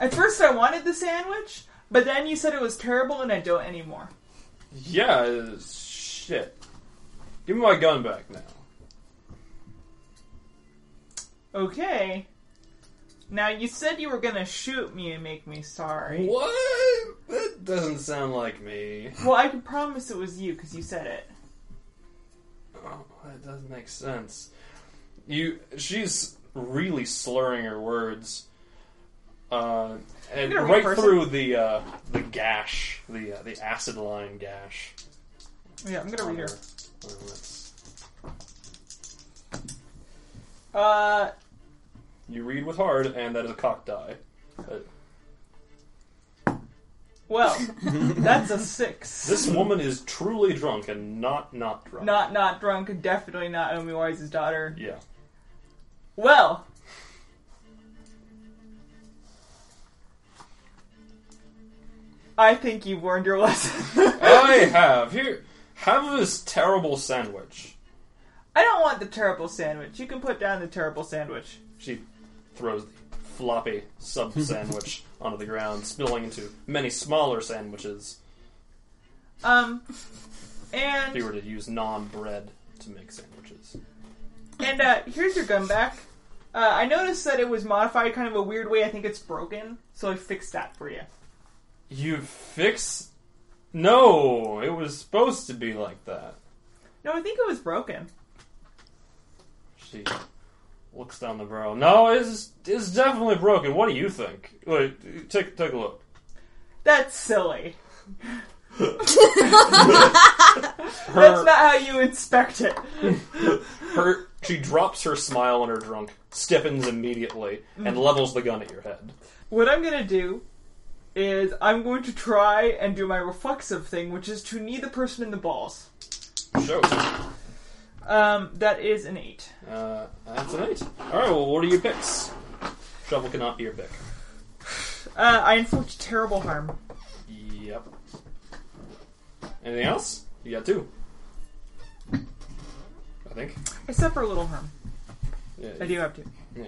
Speaker 1: I,
Speaker 5: At first, I wanted the sandwich, but then you said it was terrible, and I don't anymore.
Speaker 1: Yeah, uh, shit. Give me my gun back now.
Speaker 5: Okay. Now, you said you were going to shoot me and make me sorry.
Speaker 1: What? That doesn't sound like me.
Speaker 5: Well, I can promise it was you because you said it.
Speaker 1: Oh, that doesn't make sense. You, she's really slurring her words, uh, and
Speaker 5: gonna
Speaker 1: right
Speaker 5: reverse
Speaker 1: through the uh, the gash, the uh, the acid line gash.
Speaker 5: Yeah, I'm gonna
Speaker 1: on
Speaker 5: read
Speaker 1: her.
Speaker 5: her.
Speaker 1: Uh, let's-
Speaker 5: Uh,
Speaker 1: You read with hard, and that is a cock die. Uh,
Speaker 5: well, that's a six.
Speaker 1: this woman is truly drunk and not not drunk.
Speaker 5: Not not drunk, and definitely not Omi Wise's daughter.
Speaker 1: yeah.
Speaker 5: Well, I think you've learned your lesson.
Speaker 1: I have here. Have this terrible sandwich.
Speaker 5: I don't want the terrible sandwich. You can put down the terrible sandwich.
Speaker 1: She throws the floppy sub sandwich onto the ground, spilling into many smaller sandwiches.
Speaker 5: Um,
Speaker 1: If you
Speaker 5: and
Speaker 1: were to use non bread to make sandwiches,
Speaker 5: and uh, here's your gun back. Uh, I noticed that it was modified kind of a weird way. I think it's broken, so I fixed that for you.
Speaker 1: you fix. No, it was supposed to be like that.
Speaker 5: No, I think it was broken.
Speaker 1: She looks down the barrel. No, it's it's definitely broken. What do you think? Wait, take take a look.
Speaker 5: That's silly.
Speaker 1: Her,
Speaker 5: That's not how you inspect it.
Speaker 1: her she drops her smile on her drunk, stiffens immediately, and levels the gun at your head.
Speaker 5: What I'm gonna do is I'm going to try and do my reflexive thing, which is to knee the person in the balls.
Speaker 1: Show.
Speaker 5: Um, that is an eight.
Speaker 1: Uh, that's an eight. All right. Well, what are your picks? Shovel cannot be your pick.
Speaker 5: Uh, I inflict terrible harm.
Speaker 1: Yep. Anything else? You got two. I think.
Speaker 5: I suffer a little harm.
Speaker 1: Yeah,
Speaker 5: I do have to.
Speaker 1: Yeah.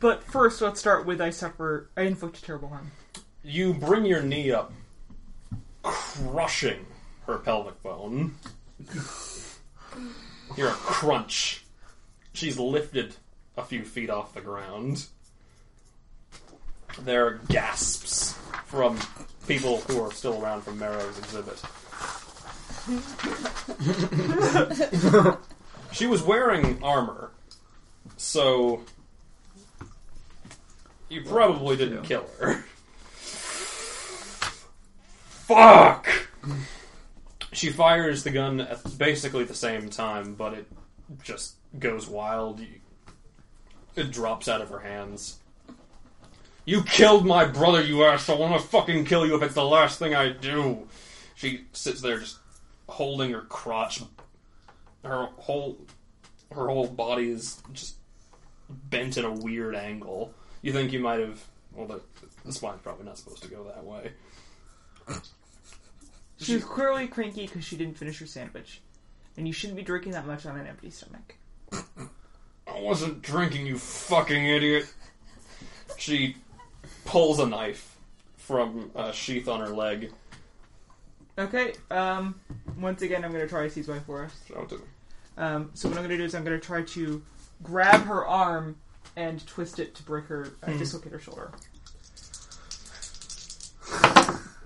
Speaker 5: But first, let's start with I suffer. I inflict terrible harm.
Speaker 1: You bring your knee up, crushing her pelvic bone. You're a crunch. She's lifted a few feet off the ground. There are gasps from people who are still around from Marrow's exhibit. she was wearing armor, so you probably didn't kill her. Fuck! She fires the gun at basically the same time, but it just goes wild. You- It drops out of her hands. You killed my brother, you asshole! I'm gonna fucking kill you if it's the last thing I do! She sits there just holding her crotch. Her whole her whole body is just bent at a weird angle. You think you might have well the, the spine's probably not supposed to go that way.
Speaker 5: She was clearly cranky because she didn't finish her sandwich. And you shouldn't be drinking that much on an empty stomach.
Speaker 1: I wasn't drinking, you fucking idiot. She pulls a knife from a sheath on her leg.
Speaker 5: Okay, um, once again, I'm gonna try to seize my forest.
Speaker 1: Show it to me.
Speaker 5: Um, so what I'm gonna do is I'm gonna try to grab her arm and twist it to break her, uh, dislocate her shoulder.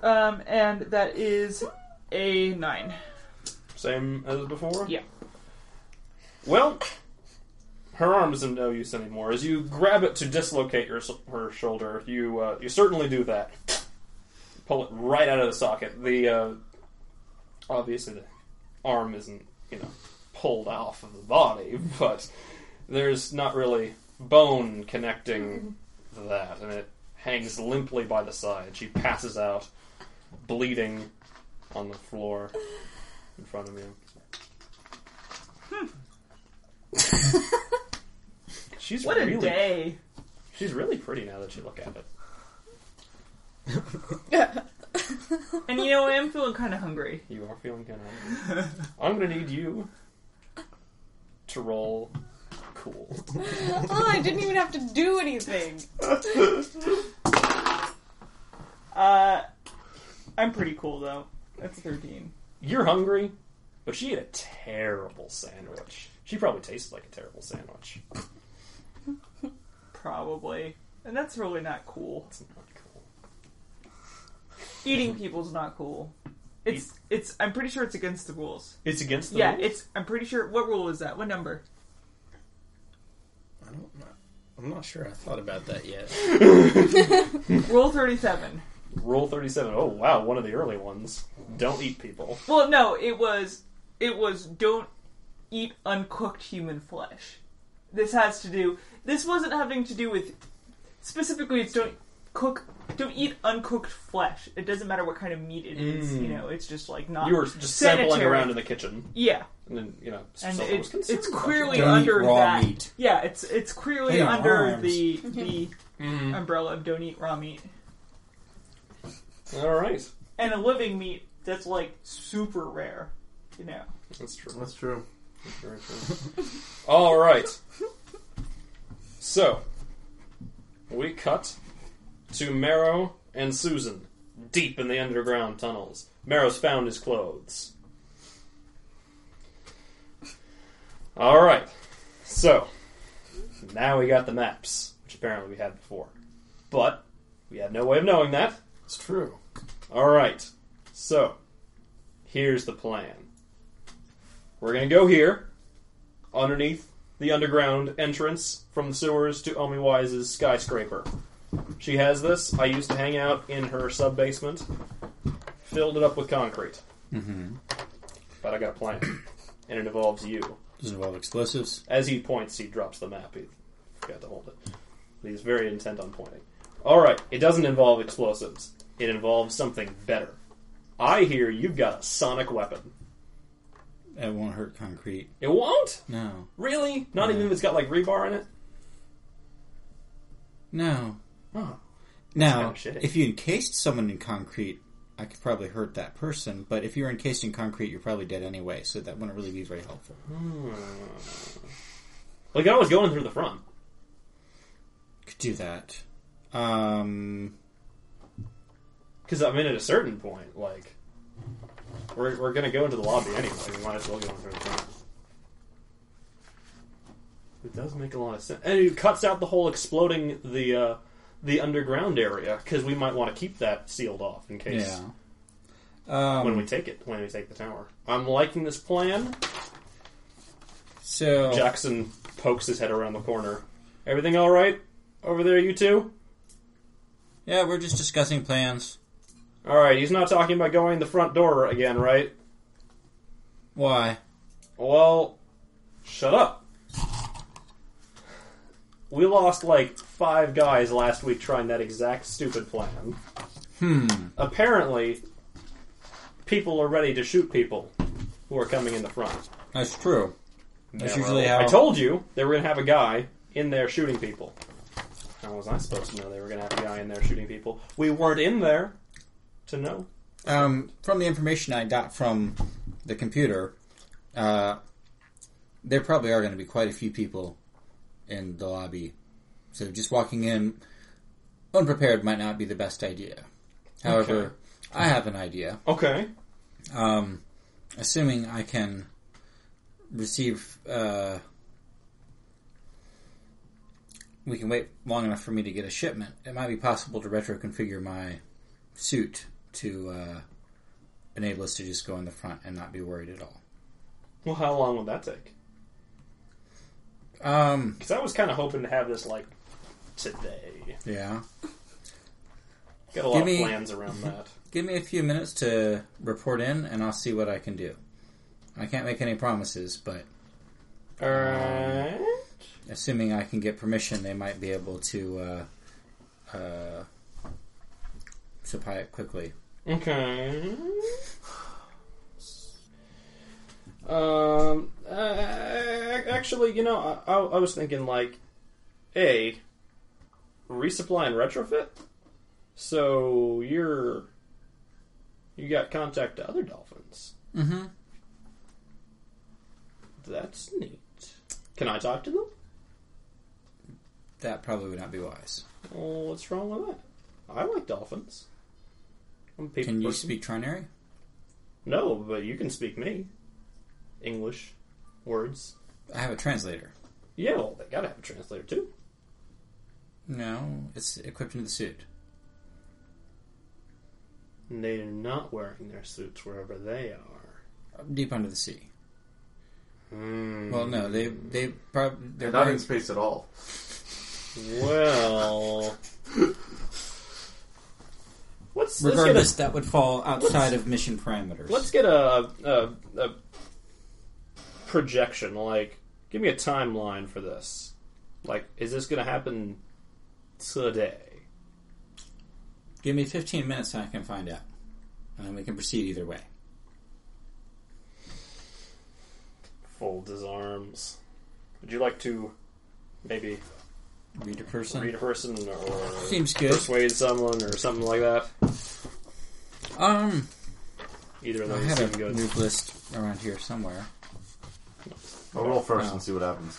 Speaker 5: Um, and that is a nine.
Speaker 1: Same as before?
Speaker 5: Yeah.
Speaker 1: Well, her arm is of no use anymore. As you grab it to dislocate your, her shoulder, you uh, you certainly do that. Pull it right out of the socket. The uh, obviously the arm isn't you know pulled off of the body, but there's not really bone connecting that, and it hangs limply by the side. She passes out, bleeding on the floor in front of you.
Speaker 5: Hmm.
Speaker 1: She's
Speaker 5: What
Speaker 1: really
Speaker 5: a day!
Speaker 1: She's really pretty now that you look at it.
Speaker 5: And you know, I am feeling kind of hungry.
Speaker 1: You are feeling kind of hungry. I'm gonna need you to roll cool.
Speaker 3: oh, I didn't even have to do anything.
Speaker 5: Uh, I'm pretty cool though. That's a thirteen.
Speaker 1: You're hungry, but she ate a terrible sandwich. She probably tasted like a terrible sandwich.
Speaker 5: Probably. And that's really not cool.
Speaker 1: It's not cool.
Speaker 5: Eating people's not cool. It's it's I'm pretty sure it's against the rules.
Speaker 1: It's against the
Speaker 5: yeah,
Speaker 1: rules?
Speaker 5: it's I'm pretty sure what rule is that? What number?
Speaker 6: I don't know. I'm not sure I thought about that yet.
Speaker 5: Rule thirty seven.
Speaker 1: Rule 37. Oh, wow, one of the early ones. Don't eat people.
Speaker 5: Well no, it was it was don't eat uncooked human flesh. This has to do this wasn't having to do with specifically it's don't cook don't eat uncooked flesh. It doesn't matter what kind of meat it is, you know, it's just like not
Speaker 1: Mm. You were just sampling
Speaker 5: sanitary.
Speaker 1: around in the kitchen,
Speaker 5: Yeah.
Speaker 1: and then, you know,
Speaker 5: and
Speaker 1: someone
Speaker 5: it,
Speaker 1: was concerned
Speaker 5: it's
Speaker 1: about
Speaker 5: clearly
Speaker 1: you.
Speaker 7: Don't eat
Speaker 5: under
Speaker 7: raw
Speaker 5: that.
Speaker 7: meat.
Speaker 5: Yeah, it's it's clearly
Speaker 7: They don't
Speaker 5: under
Speaker 7: arms.
Speaker 5: the the umbrella of don't eat raw meat
Speaker 1: All right.
Speaker 5: and a living meat that's like super rare, you know.
Speaker 1: That's true.
Speaker 2: That's true.
Speaker 1: Very true. All right. So we cut to Marrow and Susan deep in the underground tunnels. Marrow's found his clothes. All right. So now we got the maps, which apparently we had before, but we had no way of knowing that.
Speaker 2: It's true.
Speaker 1: All right. So, here's the plan. We're going to go here, underneath the underground entrance from the sewers to Omi Wise's skyscraper. She has this. I used to hang out in her sub basement, filled it up with concrete. Mm-hmm. But I got a plan, and it involves you.
Speaker 7: Does it involve explosives?
Speaker 1: As he points, he drops the map. He forgot to hold it. But he's very intent on pointing. All right, it doesn't involve explosives. It involves something better. I hear you've got a sonic weapon.
Speaker 7: That won't hurt concrete.
Speaker 1: It won't?
Speaker 7: No.
Speaker 1: Really? Not even if it's got like rebar in it?
Speaker 7: No.
Speaker 1: Oh.
Speaker 7: Now,
Speaker 1: kinda shitty.
Speaker 7: if you encased someone in concrete, I could probably hurt that person, but if you're encased in concrete, you're probably dead anyway, so that wouldn't really be very helpful.
Speaker 1: Well, you can always go in through the front.
Speaker 7: Could do that. Um,
Speaker 1: Because, I mean, at a certain point, like, we're, we're going to go into the lobby anyway. We might as well go in through the front. It does make a lot of sense. And it cuts out the whole exploding the uh, the underground area because we might want to keep that sealed off in case
Speaker 7: Yeah. Um,
Speaker 1: when we take it when we take the tower. I'm liking this plan.
Speaker 7: so
Speaker 1: Jackson pokes his head around the corner. Everything all right over there, you two?
Speaker 7: yeah, we're just discussing plans.
Speaker 1: All right. He's not talking about going the front door again, right?
Speaker 7: Why?
Speaker 1: Well, shut up. We lost like five guys last week trying that exact stupid plan. Hmm. Apparently, people are ready to shoot people who are coming in the front.
Speaker 7: That's true. That's usually
Speaker 1: I
Speaker 7: how-
Speaker 1: told you they were going to have a guy in there shooting people. How was I supposed to know they were going to have a guy in there shooting people? We weren't in there to know.
Speaker 7: Um, from the information I got from the computer, uh, there probably are going to be quite a few people in the lobby. So just walking in unprepared might not be the best idea. However,
Speaker 1: Okay.
Speaker 7: I have an idea.
Speaker 1: Okay.
Speaker 7: Um, assuming I can receive, uh, we can wait long enough for me to get a shipment. It might be possible to retro configure my suit to uh, enable us to just go in the front and not be worried at all.
Speaker 1: Well, how long would that take?
Speaker 7: Um,
Speaker 1: Because I was kind of hoping to have this like today.
Speaker 7: yeah.
Speaker 1: Got a lot
Speaker 7: Give
Speaker 1: of
Speaker 7: me-
Speaker 1: plans around that.
Speaker 7: Give me a few minutes to report in, and I'll see what I can do. I can't make any promises, but
Speaker 1: Alright.
Speaker 7: assuming I can get permission, they might be able to uh, uh, supply it quickly.
Speaker 1: Okay. Um. Uh, actually, you know, I, I, I was thinking like, a resupply and retrofit. So you're you got contact to other dolphins.
Speaker 7: Mm-hmm.
Speaker 1: That's neat. Can I talk to them?
Speaker 7: That probably would not be wise.
Speaker 1: Well, what's wrong with that? I like dolphins. I'm a people
Speaker 7: Can you
Speaker 1: person.
Speaker 7: speak trinary?
Speaker 1: No, but you can speak me. English words.
Speaker 7: I have a translator.
Speaker 1: Yeah, well, they gotta have a translator too.
Speaker 7: No, it's equipped into the suit.
Speaker 1: And they are not wearing their suits wherever they are.
Speaker 7: Deep under the sea.
Speaker 1: Hmm.
Speaker 7: Well, no, they they probably they're
Speaker 2: And not in
Speaker 7: wearing-
Speaker 2: space at all.
Speaker 1: Well. Let's, let's get
Speaker 7: regardless
Speaker 1: a
Speaker 7: that would fall outside of mission parameters.
Speaker 1: let's get a, a, a projection. Like, give me a timeline for this. Like, is this gonna happen today?
Speaker 7: Give me 15 minutes and I can find out. And then we can proceed either way.
Speaker 1: Folds his arms. Would you like to maybe
Speaker 7: Read a person.
Speaker 1: read a person or
Speaker 7: Seems good.
Speaker 1: persuade someone or something like that.
Speaker 7: Um,
Speaker 1: Either of
Speaker 7: I
Speaker 1: those
Speaker 7: had
Speaker 1: seem
Speaker 7: a
Speaker 1: good.
Speaker 7: move list around here somewhere.
Speaker 2: I'll roll first
Speaker 7: Wow.
Speaker 2: and see what happens.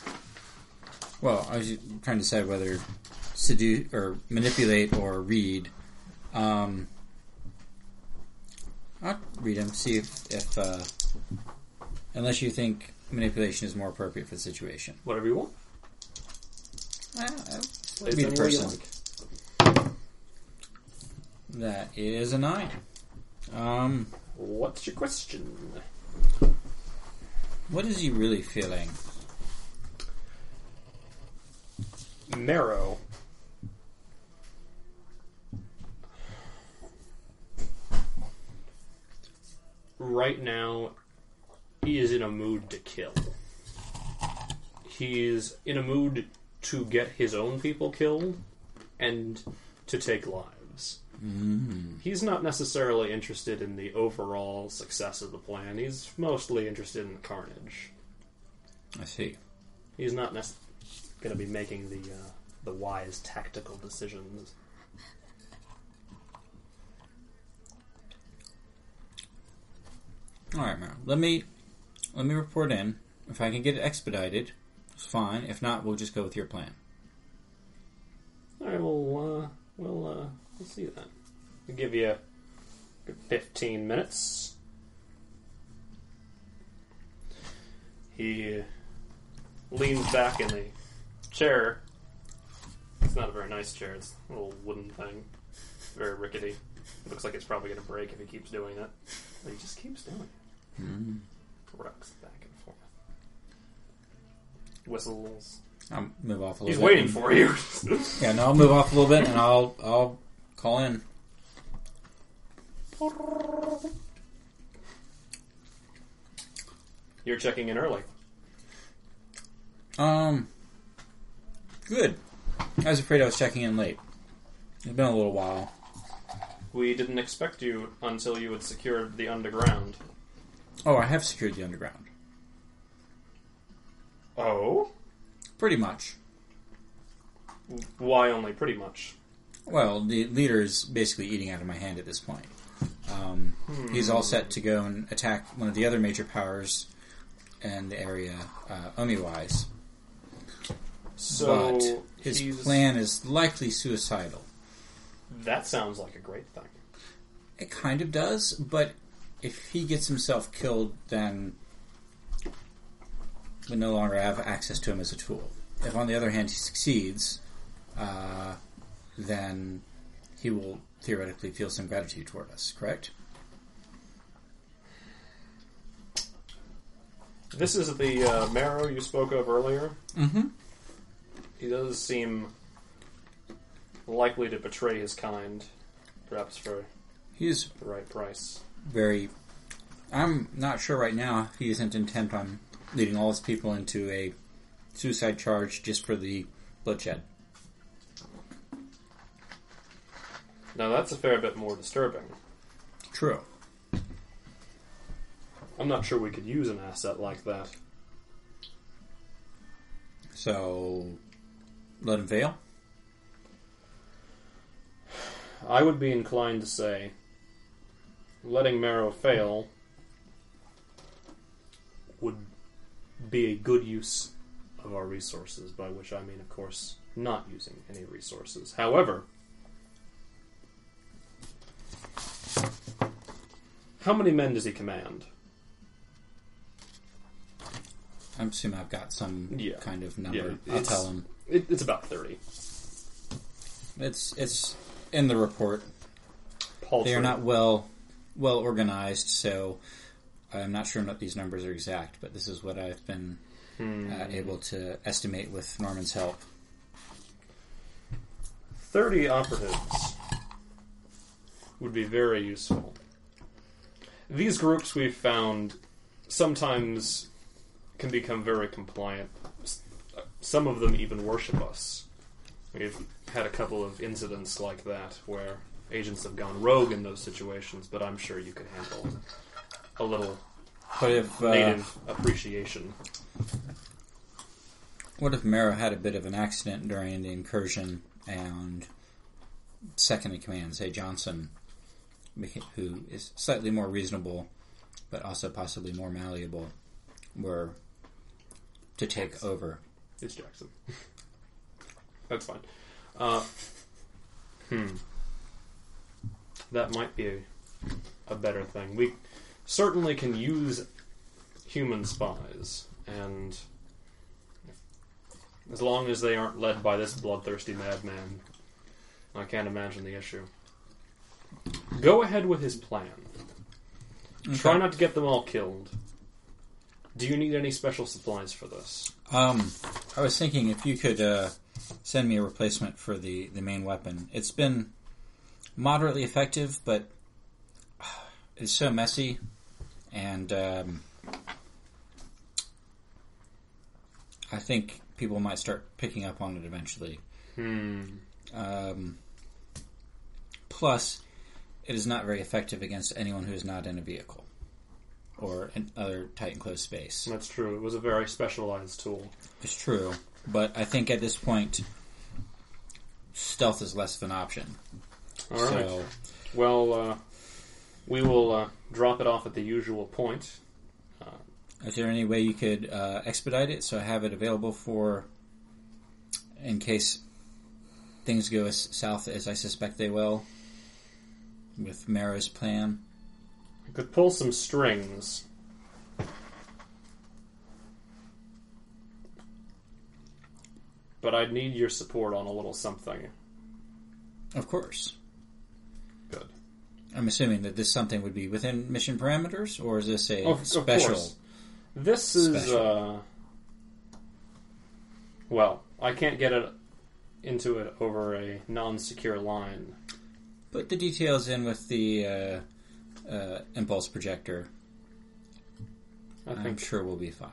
Speaker 7: Well, I was trying to decide whether seduce or manipulate or read. Um, I'll read them. See if, if uh, unless you think manipulation is more appropriate for the situation.
Speaker 1: Whatever you want.
Speaker 7: Uh,
Speaker 1: Play
Speaker 7: Read a
Speaker 1: something you
Speaker 7: person.
Speaker 1: like.
Speaker 7: that is a nine. Um,
Speaker 1: What's your question?
Speaker 7: what is he really feeling?
Speaker 1: Marrow. Right now, he is in a mood to kill. He's in a mood to get his own people killed and to take lives. He's not necessarily interested in the overall success of the plan. He's mostly interested in the carnage.
Speaker 7: I see.
Speaker 1: He's not nec- going to be making the uh, the wise tactical decisions.
Speaker 7: All right, Mara. Let me let me report in. If I can get it expedited, it's fine. If not, we'll just go with your plan.
Speaker 1: All right, well, uh, we'll uh, we'll see that. We'll give you a good fifteen minutes. He leans back in the chair, not a very nice chair. It's a little wooden thing. It's very rickety. It looks like it's probably going to break if he keeps doing it. But he just keeps doing it.
Speaker 7: Hmm.
Speaker 1: Rocks back and forth. Whistles.
Speaker 7: I'll move off a little
Speaker 1: He's
Speaker 7: bit.
Speaker 1: waiting for you.
Speaker 7: Yeah, no, I'll move off a little bit and I'll I'll call in.
Speaker 1: You're checking in early.
Speaker 7: Um, good. I was afraid I was checking in late. It's been a little while.
Speaker 1: We didn't expect you until you had secured the underground.
Speaker 7: Oh, I have secured the underground.
Speaker 1: Oh?
Speaker 7: Pretty much.
Speaker 1: Why only pretty much?
Speaker 7: Well, the leader is basically eating out of my hand at this point. Um, He's all set to go and attack one of the other major powers in the area, uh, Omiwise.
Speaker 1: So
Speaker 7: but his
Speaker 1: he's-
Speaker 7: plan is likely suicidal.
Speaker 1: That sounds like a great thing.
Speaker 7: It kind of does, but if he gets himself killed, then we no longer have access to him as a tool. If, on the other hand, he succeeds, uh, then he will theoretically feel some gratitude toward us, correct?
Speaker 1: This is the uh, marrow you spoke of earlier. Mm-hmm. He does seem likely to betray his kind, perhaps for
Speaker 7: He is
Speaker 1: the right price.
Speaker 7: very. I'm not sure right now if he isn't intent on leading all his people into a suicide charge just for the bloodshed.
Speaker 1: Now that's a fair bit more disturbing.
Speaker 7: True.
Speaker 1: I'm not sure we could use an asset like that.
Speaker 7: So, let him fail?
Speaker 1: I would be inclined to say letting Marrow fail would be a good use of our resources, by which I mean, of course, not using any resources. However, how many men does he command?
Speaker 7: I assume I've got some
Speaker 1: Yeah.
Speaker 7: kind of number.
Speaker 1: Yeah,
Speaker 7: I'll
Speaker 1: it's-
Speaker 7: tell him.
Speaker 1: It, it's about 30.
Speaker 7: It's it's in the report.
Speaker 1: Paltry.
Speaker 7: They are not well well organized, so I'm not sure what these numbers are exact, but this is what I've been
Speaker 1: Hmm.
Speaker 7: uh, able to estimate with Norman's help.
Speaker 1: 30 operatives would be very useful. These groups we've found sometimes can become very compliant. S- uh, Some of them even worship us. We've had a couple of incidents like that where agents have gone rogue in those situations, but I'm sure you could handle a little
Speaker 7: But if uh,
Speaker 1: native appreciation.
Speaker 7: What if Mero had a bit of an accident during the incursion and second in command, say Johnson, beca- who is slightly more reasonable but also possibly more malleable, were to take over?
Speaker 1: It's Jackson. That's fine. Uh, hmm. That might be a, a better thing. We certainly can use human spies, and as long as they aren't led by this bloodthirsty madman, I can't imagine the issue. Go ahead with his plan. Try not to get them all killed. Do you need any special supplies for this?
Speaker 7: Um, I was thinking if you could uh, send me a replacement for the, the main weapon. It's been moderately effective, but it's so messy, and um, I think people might start picking up on it eventually. Hmm. Um, plus, it is not very effective against anyone who is not in a vehicle or in other tight enclosed space.
Speaker 1: That's true. It was a very specialized tool.
Speaker 7: It's true, but I think at this point, stealth is less of an option.
Speaker 1: All right.
Speaker 7: So,
Speaker 1: Well, uh, we will uh, drop it off at the usual point.
Speaker 7: is there any way you could uh, expedite it so I have it available for, in case things go as south as I suspect they will, with Marrow's plan?
Speaker 1: I could pull some strings. But
Speaker 10: I'd need your support on a little something.
Speaker 7: Of course.
Speaker 10: Good.
Speaker 7: I'm assuming that this something would be within mission parameters, or is this a
Speaker 10: Of- of
Speaker 7: special?
Speaker 10: course. This is
Speaker 7: Special.
Speaker 10: uh well, I can't get it into it over a non-secure line.
Speaker 7: Put the details in with the uh, uh, impulse projector.
Speaker 10: I
Speaker 7: I'm
Speaker 10: think
Speaker 7: sure we'll be fine.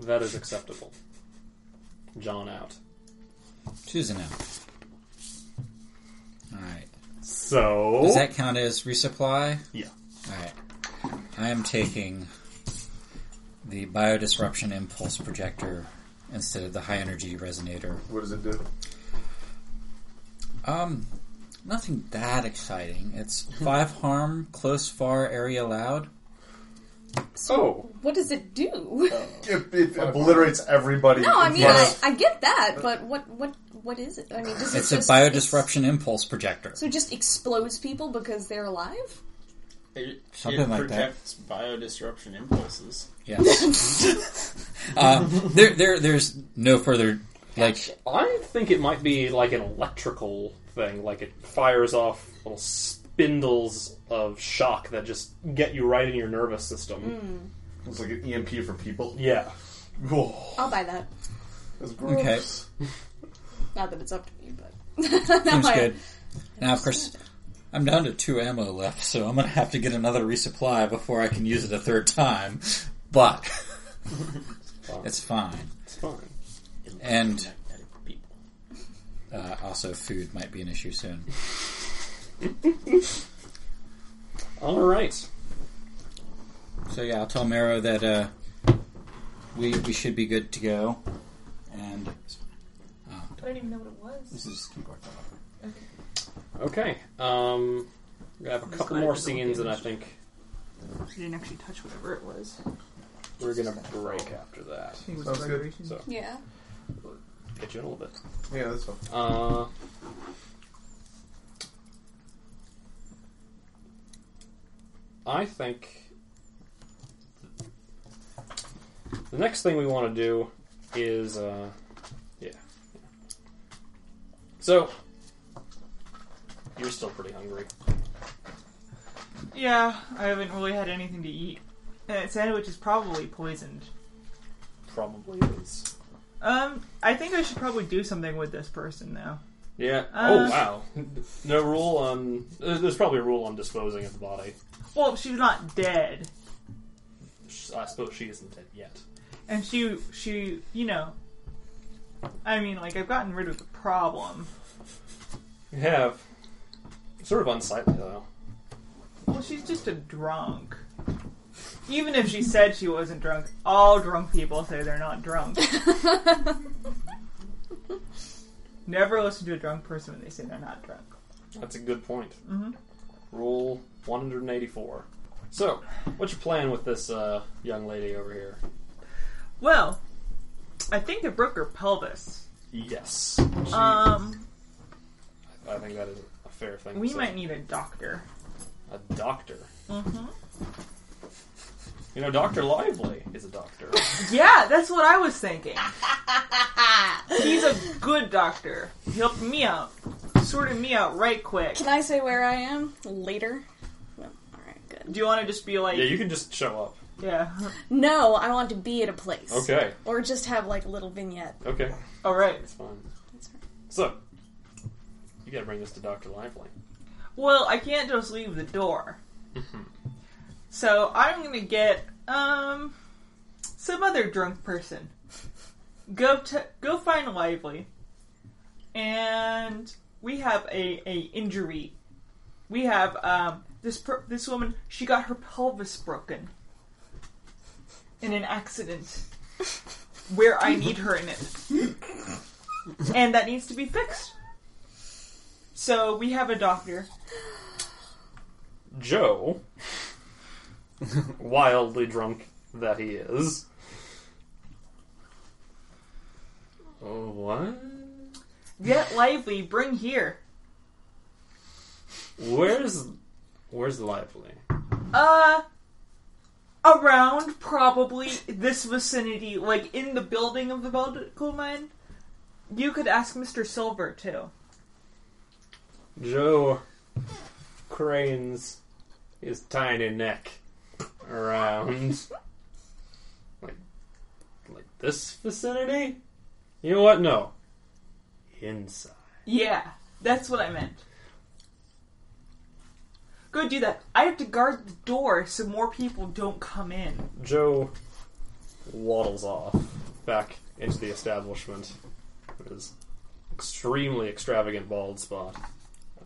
Speaker 10: that is acceptable. John out.
Speaker 7: Susan out. All right.
Speaker 10: So
Speaker 7: Does that count as resupply?
Speaker 2: Yeah.
Speaker 7: All right. I am taking the biodisruption impulse projector instead of the high energy resonator.
Speaker 2: What does it do?
Speaker 7: Um, nothing that exciting. It's
Speaker 3: Hmm.
Speaker 7: five harm, close, far, area, loud.
Speaker 10: oh,
Speaker 3: What does it do?
Speaker 2: It, it obliterates everybody.
Speaker 3: no, I
Speaker 2: in
Speaker 3: mean,
Speaker 2: front
Speaker 3: I,
Speaker 2: of-
Speaker 3: I get that, but what, what, what is it? I mean, does it
Speaker 7: It's a
Speaker 3: just,
Speaker 7: biodisruption impulse projector.
Speaker 3: So it just explodes people because they're alive?
Speaker 6: It,
Speaker 7: Something
Speaker 6: it
Speaker 7: like that.
Speaker 6: projects biodisruption impulses.
Speaker 7: Yes. uh, there, there, there's no further like.
Speaker 10: I think it might be like an electrical thing, like it fires off little spindles of shock that just get you right in your nervous system.
Speaker 2: It's like an EMP for people.
Speaker 10: Yeah.
Speaker 2: Oh,
Speaker 3: I'll buy that.
Speaker 2: that's gross.
Speaker 7: Okay.
Speaker 3: Not that it's up to me, but.
Speaker 7: Seems good. Now, of course, I'm down to two ammo left, so I'm gonna have to get another resupply before I can use it a third time. But it's fine,
Speaker 10: It's fine.
Speaker 7: and
Speaker 6: Magnetic people.
Speaker 7: uh, also food might be an issue soon.
Speaker 10: All right.
Speaker 7: So yeah, I'll tell Mero that uh, we we should be good to go, and
Speaker 5: I don't even know what it was.
Speaker 7: this is keyboard.
Speaker 10: Okay. Um, we have a
Speaker 5: just
Speaker 10: couple
Speaker 5: glad
Speaker 10: more
Speaker 5: I didn't
Speaker 10: scenes, and I
Speaker 5: damage.
Speaker 10: think
Speaker 5: I didn't actually touch whatever it was.
Speaker 10: we're gonna break after that.
Speaker 5: I think it was
Speaker 2: Sounds good.
Speaker 5: vibration.
Speaker 10: So
Speaker 3: Yeah.
Speaker 10: get you in a little bit.
Speaker 2: Yeah, that's fine.
Speaker 10: Uh, I think the next thing we want to do is, uh, yeah. So you're still pretty hungry.
Speaker 5: Yeah, I haven't really had anything to eat. And that sandwich is probably poisoned.
Speaker 10: Probably is.
Speaker 5: Um, I think I should probably do something with this person now.
Speaker 10: Yeah.
Speaker 5: Uh,
Speaker 10: oh wow. No rule on. There's there's probably a rule on disposing of the body.
Speaker 5: Well, she's not dead,
Speaker 10: I suppose she isn't dead yet.
Speaker 5: and she she you know. I mean, like I've gotten rid of the problem.
Speaker 10: You have. Sort of unsightly though.
Speaker 5: Well, she's just a drunk. Even if she said she wasn't drunk, all drunk people say they're not drunk. Never listen to a drunk person when they say they're not drunk.
Speaker 10: That's a good point.
Speaker 5: Mm-hmm.
Speaker 10: Rule 184. So, what's your plan with this uh, young lady over here?
Speaker 5: Well, I think I broke her pelvis.
Speaker 10: Yes.
Speaker 5: Um,
Speaker 10: I think that is a fair thing.
Speaker 5: we
Speaker 10: to
Speaker 5: might
Speaker 10: say.
Speaker 5: need a doctor.
Speaker 10: a doctor. Mm-hmm. You know, Dr. Lively is a doctor.
Speaker 5: Yeah, that's what I was thinking. He's a good doctor. He helped me out, sorted me out right quick.
Speaker 3: Can I say where I am later? No. Alright, good.
Speaker 5: Do you want to just be like,
Speaker 10: yeah, you can just show up.
Speaker 5: yeah,
Speaker 3: No, I want to be at a place.
Speaker 10: Okay,
Speaker 3: Or just have like a little vignette.
Speaker 10: okay,
Speaker 5: all right?
Speaker 10: it's fine.
Speaker 3: That's right.
Speaker 10: So, you gotta bring this to Dr. Lively.
Speaker 5: Well, I can't just leave the door. So I'm gonna get um some other drunk person. Go to go find Lively, and we have a a injury. We have um this per- this woman. She got her pelvis broken in an accident where I need her in it, and that needs to be fixed. So we have a doctor.
Speaker 10: Joe, wildly drunk that he is. Oh, what?
Speaker 5: Get lively, bring here.
Speaker 10: Where's Where's Lively?
Speaker 5: Uh, around probably this vicinity, like in the building of the medical mine. You could ask Mr. Silver too.
Speaker 10: Joe cranes his tiny neck around like like this vicinity. You know what? No, inside.
Speaker 5: Yeah, that's what I meant. Go do that. I have to guard the door so more people don't come in.
Speaker 10: Joe waddles off back into the establishment. with His extremely extravagant bald spot.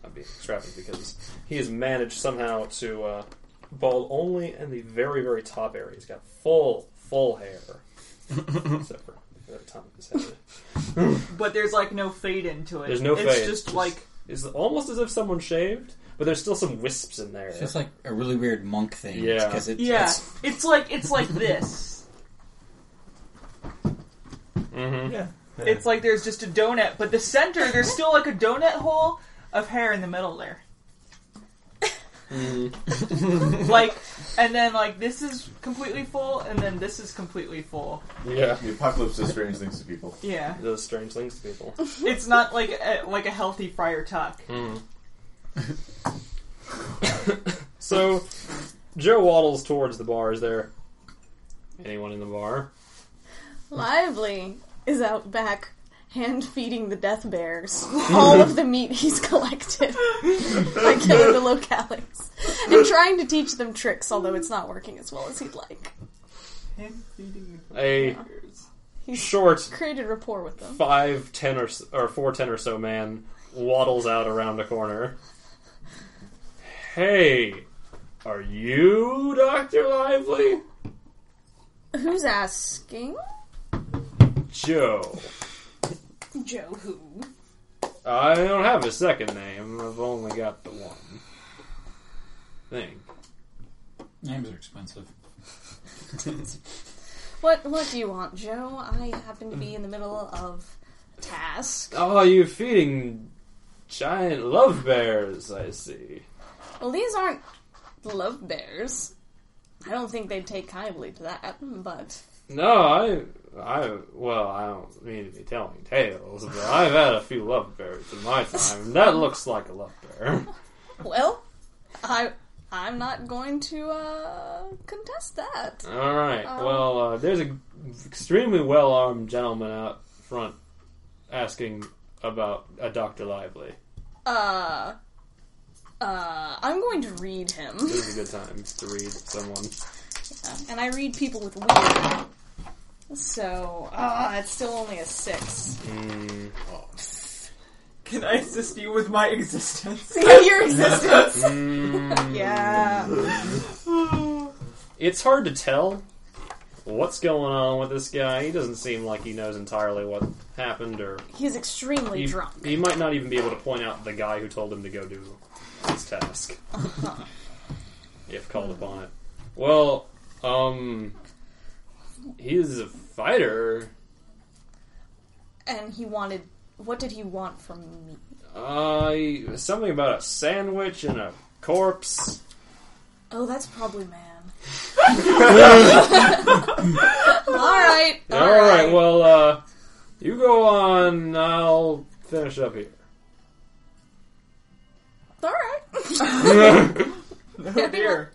Speaker 10: I'd be extravagant because he has managed somehow to uh, bald only in the very, very top area. He's got full, full hair. Except for the very top of his head.
Speaker 5: But there's like no fade into it.
Speaker 10: There's no
Speaker 5: It's
Speaker 10: fade.
Speaker 5: just
Speaker 10: Just-
Speaker 5: like
Speaker 10: It's almost as if someone shaved, but there's still some wisps in there.
Speaker 7: So it's like a really weird monk thing.
Speaker 10: Yeah.
Speaker 7: Because it,
Speaker 5: yeah.
Speaker 7: it's-
Speaker 5: It's, like it's like this.
Speaker 10: Mhm.
Speaker 5: Yeah. It's like there's just a donut, but the center there's still like a donut hole of hair in the middle there.
Speaker 10: Mm-hmm.
Speaker 5: like and then like this is completely full and then this is completely full.
Speaker 10: Yeah.
Speaker 2: The apocalypse does strange things to people.
Speaker 5: Yeah.
Speaker 10: It does strange things to people.
Speaker 5: It's not like a, like a healthy fryer tuck.
Speaker 10: So, Joe waddles towards the bar. Is there anyone in the bar?
Speaker 3: Lively is out back hand feeding the death bears all of the meat he's collected by killing the localics and trying to teach them tricks, although it's not working as well as he'd like.
Speaker 5: Him feeding
Speaker 10: A
Speaker 5: the bears.
Speaker 3: He's
Speaker 10: short
Speaker 3: created rapport with them.
Speaker 10: five ten or s- or four ten or so man waddles out around a corner. Hey, are you Doctor Lively?
Speaker 3: Who's asking?
Speaker 10: Joe.
Speaker 3: Joe who?
Speaker 10: I don't have a second name. I've only got the one thing.
Speaker 7: names are expensive.
Speaker 3: What what do you want, Joe? I happen to be in the middle of a task.
Speaker 10: Oh, you feeding giant love bears? I see.
Speaker 3: Well these aren't love bears. I don't think they'd take kindly to that, but
Speaker 10: No, I, I, well, I don't mean to be telling tales, but I've had a few love bears in my time. and That looks like a love bear.
Speaker 3: Well, I I'm not going to uh, contest that.
Speaker 10: All right. well, uh, there's an extremely well armed gentleman out front asking about a Doctor Lively.
Speaker 3: Uh, uh, I'm going to read him,
Speaker 10: This is a good time to read someone.
Speaker 3: and I read people with weird. So uh, it's still only a six.
Speaker 5: Can I assist you with my existence?
Speaker 3: Your existence. Mm. yeah.
Speaker 10: It's hard to tell what's going on with this guy. He doesn't seem like he knows entirely what happened or
Speaker 3: He's extremely
Speaker 10: He-
Speaker 3: drunk.
Speaker 10: He might not even be able to point out the guy who told him to go do his task. if called upon it. Well, um. He's a fighter.
Speaker 3: And he wanted. What did he want from me?
Speaker 10: Uh, he- something about a sandwich and a corpse.
Speaker 3: Oh, that's probably man. all right. All,
Speaker 10: Alright, well, uh. You go on, I'll finish up here.
Speaker 3: All right.
Speaker 5: Oh dear.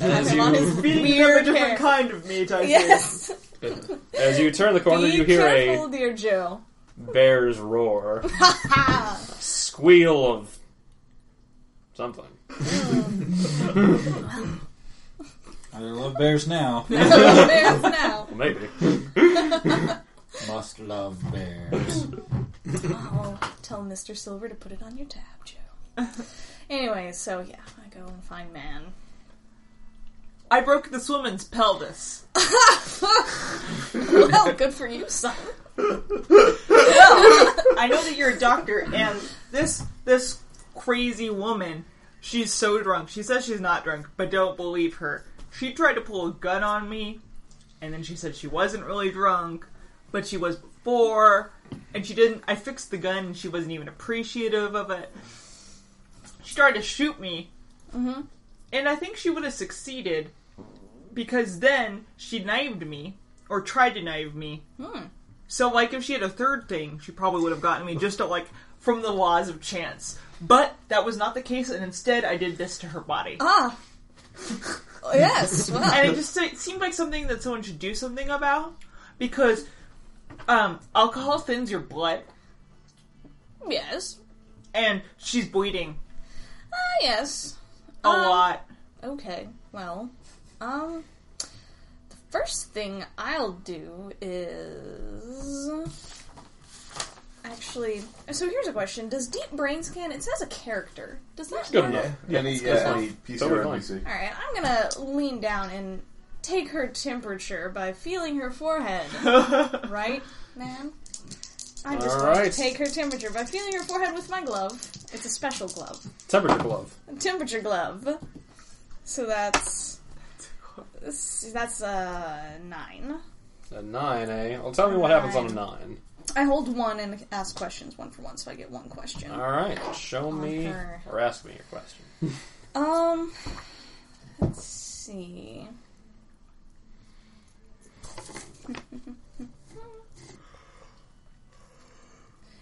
Speaker 3: As long as
Speaker 5: Feeding them a
Speaker 3: weird
Speaker 5: different
Speaker 3: hair.
Speaker 5: kind of meat, I see.
Speaker 3: Yes.
Speaker 10: As you turn the corner,
Speaker 3: Be
Speaker 10: you hear
Speaker 3: careful, dear Joe.
Speaker 10: a bear's roar. squeal of. something.
Speaker 7: Are there love bears now?
Speaker 3: There's now.
Speaker 10: Maybe.
Speaker 7: Must love bears.
Speaker 3: Oh, tell Mr. Silver to put it on your tab, Joe. anyway, so yeah, I go and find man.
Speaker 5: I broke this woman's pelvis.
Speaker 3: Well, Oh, good for you, son.
Speaker 5: I know that you're a doctor, and this this crazy woman, she's so drunk. She says she's not drunk, but don't believe her. She tried to pull a gun on me, and then she said she wasn't really drunk, but she was before, and she didn't. I fixed the gun, and she wasn't even appreciative of it. She tried to shoot me, and I think she would have succeeded because then she knifed me or tried to knife me. So, like, if she had a third thing, she probably would have gotten me just to, like, from the laws of chance. But that was not the case, and instead I did this to her body.
Speaker 3: Ah. Oh, yes. Well,
Speaker 5: and it just it seemed like something that someone should do something about because um, alcohol thins your blood,
Speaker 3: yes.
Speaker 5: and she's bleeding
Speaker 3: Ah, yes.
Speaker 5: a
Speaker 3: Um,
Speaker 5: lot.
Speaker 3: Okay. Well, um, the first thing I'll do is actually. So here's a question: Does deep brain scan? It says a character. Does that
Speaker 2: Good
Speaker 3: work?
Speaker 2: enough. any, yeah, any PC
Speaker 10: Totally
Speaker 2: or
Speaker 10: fine.
Speaker 2: NPC.
Speaker 3: All right, I'm gonna lean down and take her temperature by feeling her forehead. right, ma'am? I just
Speaker 10: All
Speaker 3: want
Speaker 10: right.
Speaker 3: to take her temperature by feeling her forehead with my glove. It's a special glove,
Speaker 10: Temperature glove.
Speaker 3: a temperature glove. So that's this- that's uh, nine.
Speaker 10: A nine, eh? Well, tell me what happens on a nine.
Speaker 3: I hold one and ask questions one for one, so I get one question.
Speaker 10: All right, show me
Speaker 3: her.
Speaker 10: or ask me your question.
Speaker 3: Um, let's see.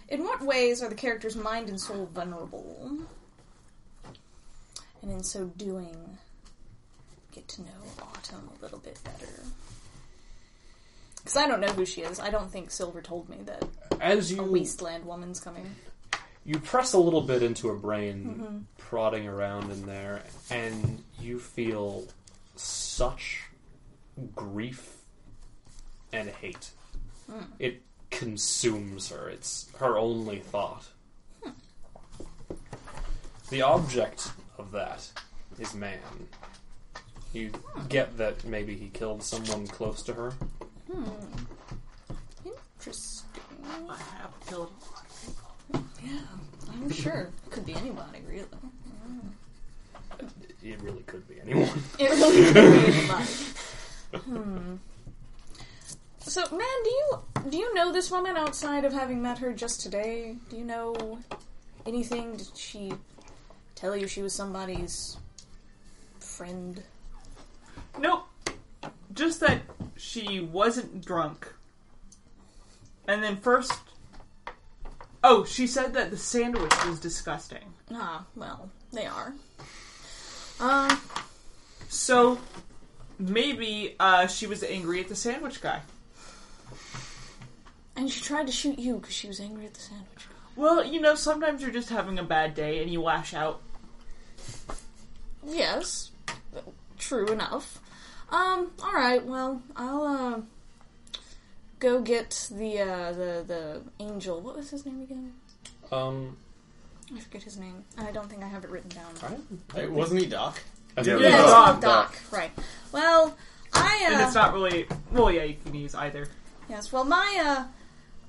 Speaker 3: In what ways are the character's mind and soul vulnerable? And in so doing, get to know Autumn a little bit better. Because I don't know who she is. I don't think Silver told me that
Speaker 10: As you
Speaker 3: a wasteland woman's coming.
Speaker 10: you press a little bit into her brain, prodding around in there, and you feel such grief and hate. It consumes her. It's her only thought. The object of that is man. You get that maybe he killed someone close to her.
Speaker 3: Interesting.
Speaker 5: I have killed a lot.
Speaker 3: Yeah, I'm sure. Could be anybody, really.
Speaker 10: It really could be anyone.
Speaker 3: It really could be anybody. Hmm. So, man, do you do you know this woman outside of having met her just today? Do you know anything? Did she tell you she was somebody's friend?
Speaker 5: Nope. Just that she wasn't drunk. And then first. Oh, she said that the sandwich was disgusting.
Speaker 3: Ah, well, they are. Uh,
Speaker 5: So maybe uh, she was angry at the sandwich guy.
Speaker 3: and she tried to shoot you because she was angry at the sandwich.
Speaker 5: Well, you know, sometimes you're just having a bad day and you lash out.
Speaker 3: Yes, true enough. Um, all right. Well, I'll uh, go get the uh, the the angel. What was his name again?
Speaker 10: Um,
Speaker 3: I forget his name. I don't think I have it written down.
Speaker 10: I,
Speaker 6: Hey, wasn't he Doc?
Speaker 10: I think
Speaker 5: Yeah,
Speaker 3: Yeah, it's
Speaker 5: Doc,
Speaker 3: Doc, Right. Well, I
Speaker 5: And
Speaker 3: uh,
Speaker 5: it's not really. Well, yeah, you can use either.
Speaker 3: yes. Well, my uh,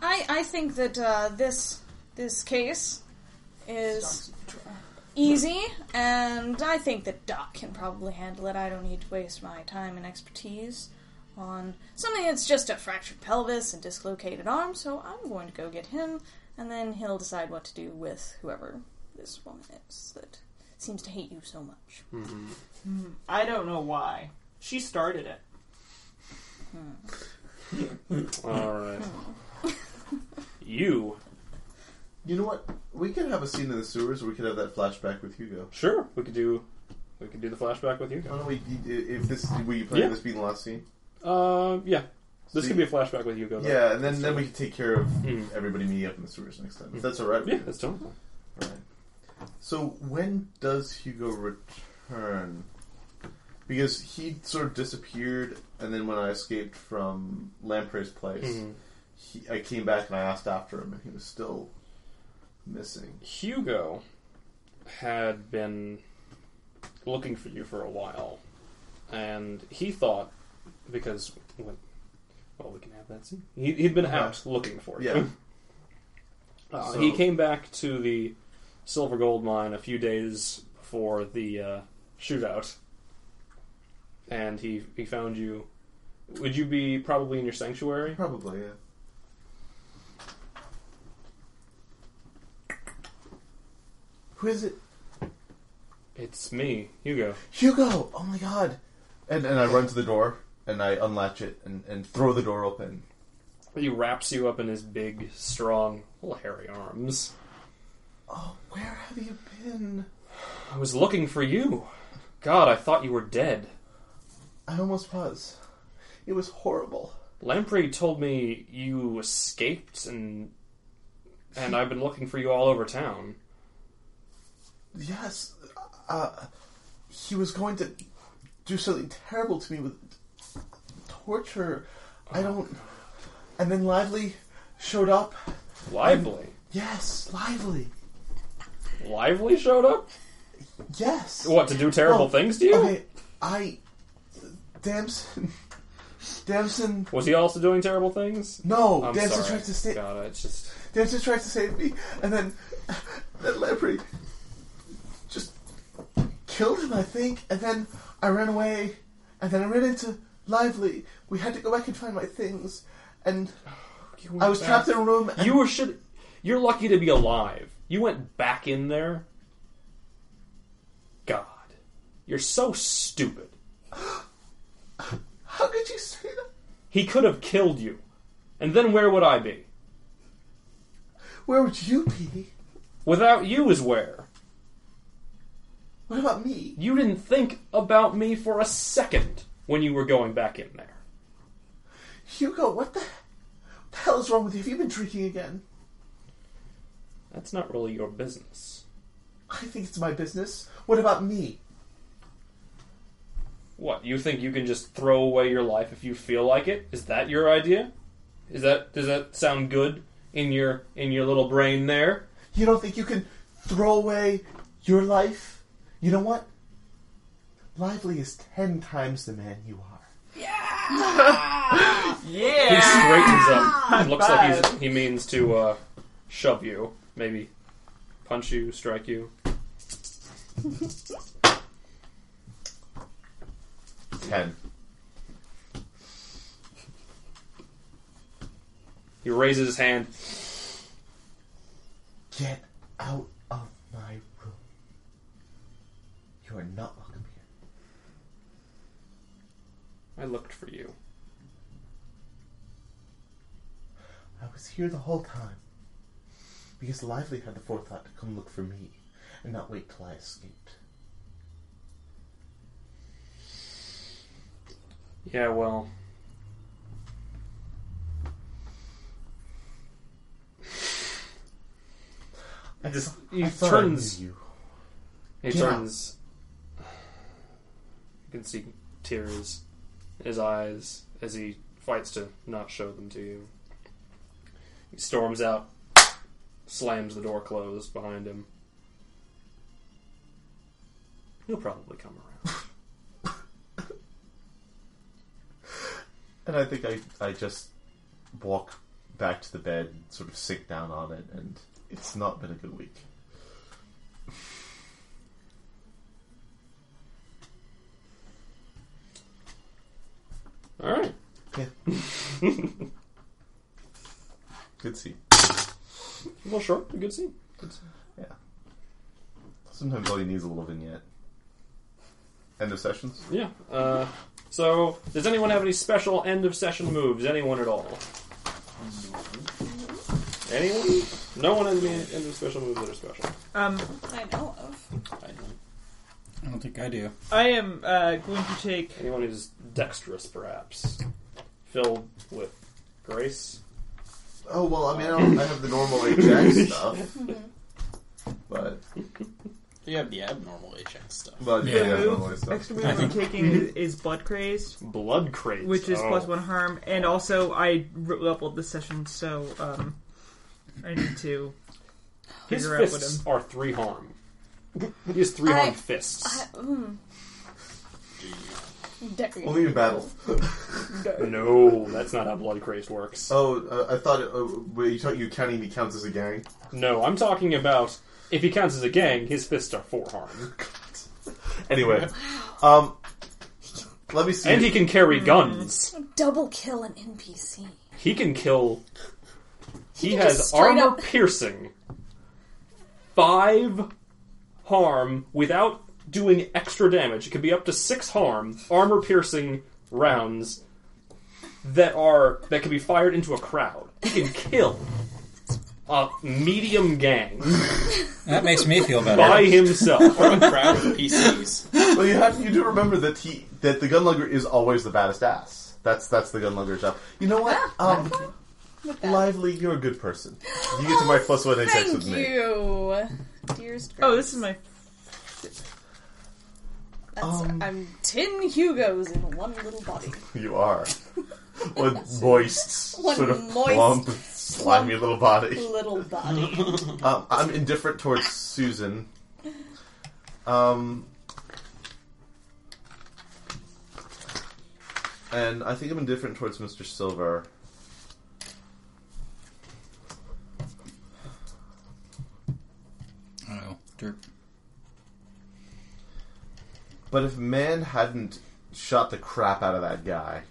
Speaker 3: I I think that uh, this this case is easy, and I think that Doc can probably handle it. I don't need to waste my time and expertise on something that's just a fractured pelvis and dislocated arm. So I'm going to go get him, and then he'll decide what to do with whoever this woman is that seems to hate you so much.
Speaker 5: I don't know why. She started it.
Speaker 10: All right. you
Speaker 2: You know what? We could have a scene in the sewers. Where we could have that flashback with Hugo.
Speaker 10: sure? We could do. We could do the flashback with you.
Speaker 2: Why don't we? If this, were you planning
Speaker 10: Yeah.
Speaker 2: this being the last scene?
Speaker 10: Uh, yeah. This
Speaker 2: See-
Speaker 10: could be a flashback with Hugo. though.
Speaker 2: Yeah, and then, then we can take care of
Speaker 10: Mm.
Speaker 2: everybody meeting up in the sewers next time. If that's all right. with
Speaker 10: Yeah,
Speaker 2: you.
Speaker 10: that's totally
Speaker 2: All
Speaker 10: fine.
Speaker 2: right. So when does Hugo return? Because he sort of disappeared, and then when I escaped from Lamprey's place, he, I came back and I asked after him, and he was still missing.
Speaker 10: Hugo had been looking for you for a while, and he thought because when, well, we can have that scene. He, he'd been out looking for you.
Speaker 2: Yeah.
Speaker 10: Uh,
Speaker 2: So-
Speaker 10: He came back to the silver gold mine a few days before the uh, shootout, and he he found you. Would you be probably in your sanctuary?
Speaker 2: Probably, yeah. Who is it?
Speaker 10: It's me, Hugo.
Speaker 2: Hugo! Oh my god! And and I run to the door and I unlatch it and, and throw the door open.
Speaker 10: He wraps you up in his big, strong, little hairy arms.
Speaker 2: Oh, where have you been?
Speaker 10: I was looking for you. God, I thought you were dead.
Speaker 2: I almost was. It was horrible.
Speaker 10: Lamprey told me you escaped and and I've been looking for you all over town.
Speaker 2: Yes, uh, he was going to do something terrible to me with torture. I don't. And then Lively showed up.
Speaker 10: Lively.
Speaker 2: Yes, Lively.
Speaker 10: Lively showed up?
Speaker 2: Yes.
Speaker 10: What, to do terrible
Speaker 2: Oh,
Speaker 10: things to you?
Speaker 2: Okay, I. Damson. Damson.
Speaker 10: Was he also doing terrible things?
Speaker 2: No,
Speaker 10: I'm
Speaker 2: Damson
Speaker 10: sorry.
Speaker 2: tried to stay.
Speaker 10: God, it's just
Speaker 2: Damson tried to save me, and then that leprechaun just killed him, I think. And then I ran away, and then I ran into Lively. We had to go back and find my things, and I was trapped in a room. And
Speaker 10: You were should you're lucky to be alive. You went back in there. God. You're so stupid.
Speaker 2: how could you say that?
Speaker 10: He could have killed you. And then where would I be?
Speaker 2: Where would you be?
Speaker 10: Without you is where?
Speaker 2: What about me?
Speaker 10: You didn't think about me for a second when you were going back in there.
Speaker 2: Hugo, what the, what the hell is wrong with you? Have you been drinking again?
Speaker 10: That's not really your business.
Speaker 2: I think it's my business. What about me?
Speaker 10: What, you think you can just throw away your life if you feel like it? Is that your idea? Is that does that sound good in your in your little brain there?
Speaker 2: You don't think you can throw away your life? You know what? Lively is ten times the man you are.
Speaker 10: He
Speaker 5: Yeah.
Speaker 10: straightens up. It looks like he's,
Speaker 5: five.
Speaker 10: he means to uh, shove you, maybe punch you, strike you.
Speaker 2: Ten.
Speaker 10: He raises his hand.
Speaker 2: Get out of my room. You are not welcome here.
Speaker 10: I looked for you.
Speaker 2: I was here the whole time. Because Lively had the forethought to come look for me and not wait till I escaped.
Speaker 10: Yeah, well.
Speaker 2: I
Speaker 10: Just-
Speaker 2: thought-
Speaker 10: he
Speaker 2: I thought I
Speaker 10: turns-
Speaker 2: knew you.
Speaker 10: He
Speaker 2: Get out.
Speaker 10: turns. You can see tears in his eyes as he fights to not show them to you. He storms out, slams the door closed behind him. He'll probably come around.
Speaker 2: And I think I, I just walk back to the bed, sort of sink down on it, and it's not been a good week.
Speaker 10: All right.
Speaker 2: Good see.
Speaker 10: Well, sure. A good scene. Good scene.
Speaker 2: Yeah. Sometimes all you need is a little vignette. End of sessions.
Speaker 10: Yeah. Uh, so, does anyone have any special end of session moves? Anyone at all? Anyone? No one has any end of special moves that are special.
Speaker 5: Um,
Speaker 3: I know of.
Speaker 7: I don't think I do.
Speaker 5: I am uh, going to take.
Speaker 10: Anyone who's dexterous, perhaps, filled with grace.
Speaker 2: Oh well, I mean, I, don't, I have the normal HX stuff, but
Speaker 6: You have the abnormal HX stuff.
Speaker 2: but
Speaker 7: Yeah.
Speaker 2: yeah, normal
Speaker 5: Move.
Speaker 2: stuff.
Speaker 5: Extra move I'm taking is, is blood crazed,
Speaker 10: Blood craze,
Speaker 5: which is
Speaker 10: Oh.
Speaker 5: plus one harm, and also I r- leveled the session, so um, I need to
Speaker 10: His
Speaker 5: figure out what
Speaker 10: fists
Speaker 5: I'm.
Speaker 10: are three harm. He has three
Speaker 3: I-
Speaker 10: harm fists.
Speaker 3: I, mm. Dairy.
Speaker 2: Only in battle.
Speaker 10: no, that's not how blood crazed works.
Speaker 2: Oh, uh, I thought. It, uh, wait, you thought you counting me counts as a gang?
Speaker 10: no, I'm talking about if he counts as a gang, his fists are four harm,
Speaker 2: Anyway, um, let me see.
Speaker 10: and he can
Speaker 5: Hmm.
Speaker 10: carry guns.
Speaker 3: Double kill an NPC.
Speaker 10: He can kill. He,
Speaker 3: can
Speaker 10: has
Speaker 3: just straight
Speaker 10: armor
Speaker 3: up-
Speaker 10: piercing. Five harm without doing extra damage. It could be up to six harm, armor piercing rounds.
Speaker 1: that are that can be fired into a crowd. He can kill a medium gang
Speaker 7: That makes me feel better.
Speaker 1: by himself.
Speaker 6: From a crowd of PCs.
Speaker 2: Well, you have you do remember that he that the gunlugger is always the baddest ass. That's that's the gunlugger's job. You know what?
Speaker 3: Ah,
Speaker 2: Um, Lively, you're a good person. You get to my plus one hit checks
Speaker 3: Thank
Speaker 2: with me.
Speaker 3: you, dearest.
Speaker 5: Oh, this is my. Um,
Speaker 3: That's, I'm ten Hugos in one little body.
Speaker 2: You are one moist,
Speaker 3: One
Speaker 2: sort of
Speaker 3: moist,
Speaker 2: plump, slimy little body.
Speaker 3: Little body. Oh,
Speaker 2: Um, I'm indifferent towards Susan. Um, and I think I'm indifferent towards Mr. Silver.
Speaker 7: I don't know. Derp.
Speaker 2: But if man hadn't shot the crap out of that guy,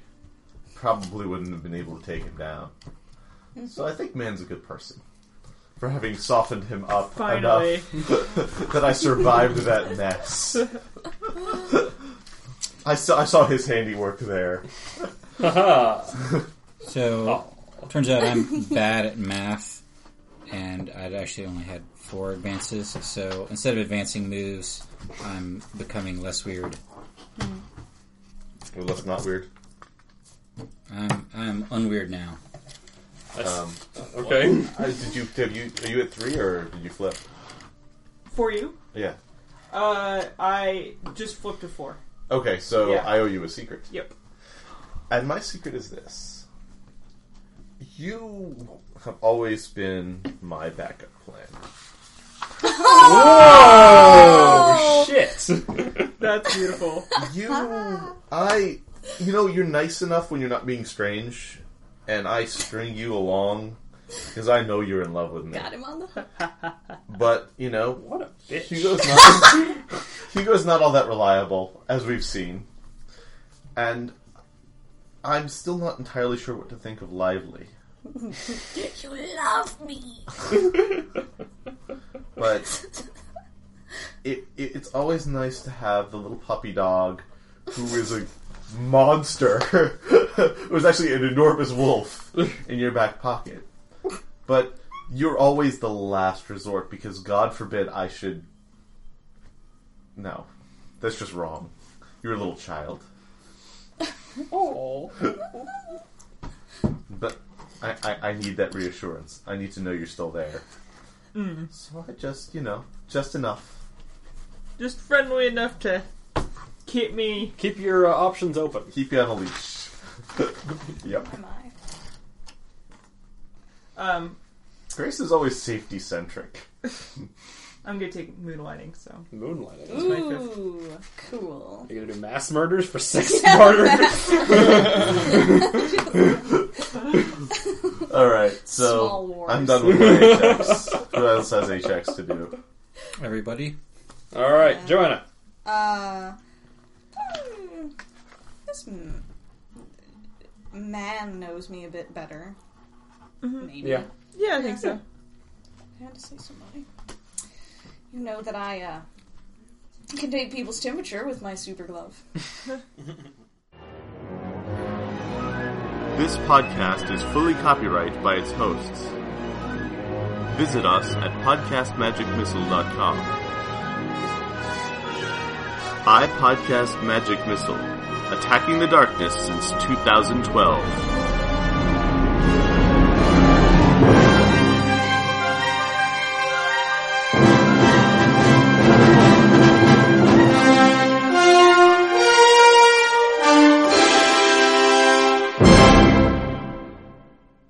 Speaker 2: probably wouldn't have been able to take him down.
Speaker 5: Mm-hmm.
Speaker 2: So I think man's a good person for having softened him up
Speaker 5: Finally.
Speaker 2: enough that I survived that mess. I saw I saw his handiwork there.
Speaker 7: So, turns out I'm bad at math, and I'd actually only had four advances. So instead of advancing moves, I'm becoming less weird.
Speaker 2: Well, that's not weird.
Speaker 7: I'm I'm unweird now.
Speaker 2: Um,
Speaker 1: Okay.
Speaker 2: I- did you have you are you at three or did you flip?
Speaker 5: For you?
Speaker 2: Yeah.
Speaker 5: Uh, I just flipped a four.
Speaker 2: Okay, so
Speaker 5: Yeah.
Speaker 2: I owe you a secret.
Speaker 5: Yep.
Speaker 2: And my secret is this. You have always been my backup plan.
Speaker 1: Oh shit!
Speaker 5: That's beautiful.
Speaker 2: You I you know, you're nice enough when you're not being strange, and I string you along because I know you're in love with me.
Speaker 3: Got him on the hook.
Speaker 2: But, you know,
Speaker 1: What a bitch!
Speaker 2: Hugo's not Hugo's not all that reliable, as we've seen. And I'm still not entirely sure what to think of Lively.
Speaker 3: You love me.
Speaker 2: but it, it it's always nice to have the little puppy dog who is a monster who is actually an enormous wolf in your back pocket but you're always the last resort because god forbid i should no that's just wrong you're a little child
Speaker 5: Oh.
Speaker 2: but I, I, I need that reassurance i need to know you're still there so i just you know just enough
Speaker 5: Just friendly enough to keep me.
Speaker 1: Keep your uh, options open.
Speaker 2: keep you on a leash yep
Speaker 3: Am I?
Speaker 5: Um,
Speaker 2: Grace is always safety centric.
Speaker 5: I'm gonna take moonlighting, so.
Speaker 1: Moonlighting.
Speaker 5: my fifth.
Speaker 3: Ooh, cool.
Speaker 1: You're gonna do mass murders for sex barter.
Speaker 2: All right,
Speaker 3: Small
Speaker 2: so
Speaker 3: wars.
Speaker 2: I'm done with my HX. Who else has HX to do?
Speaker 7: Everybody,
Speaker 1: All right, Joanna.
Speaker 3: Uh, hmm, this m- man knows me a bit better.
Speaker 5: Mm-hmm.
Speaker 3: Maybe.
Speaker 1: Yeah.
Speaker 5: Yeah, I think so.
Speaker 3: I had to say somebody. You know that I uh, can take people's temperature with my super glove.
Speaker 8: This podcast is fully copyrighted by its hosts. Visit us at podcastmagicmissile.com. I Podcast Magic Missile, attacking the darkness since 2012.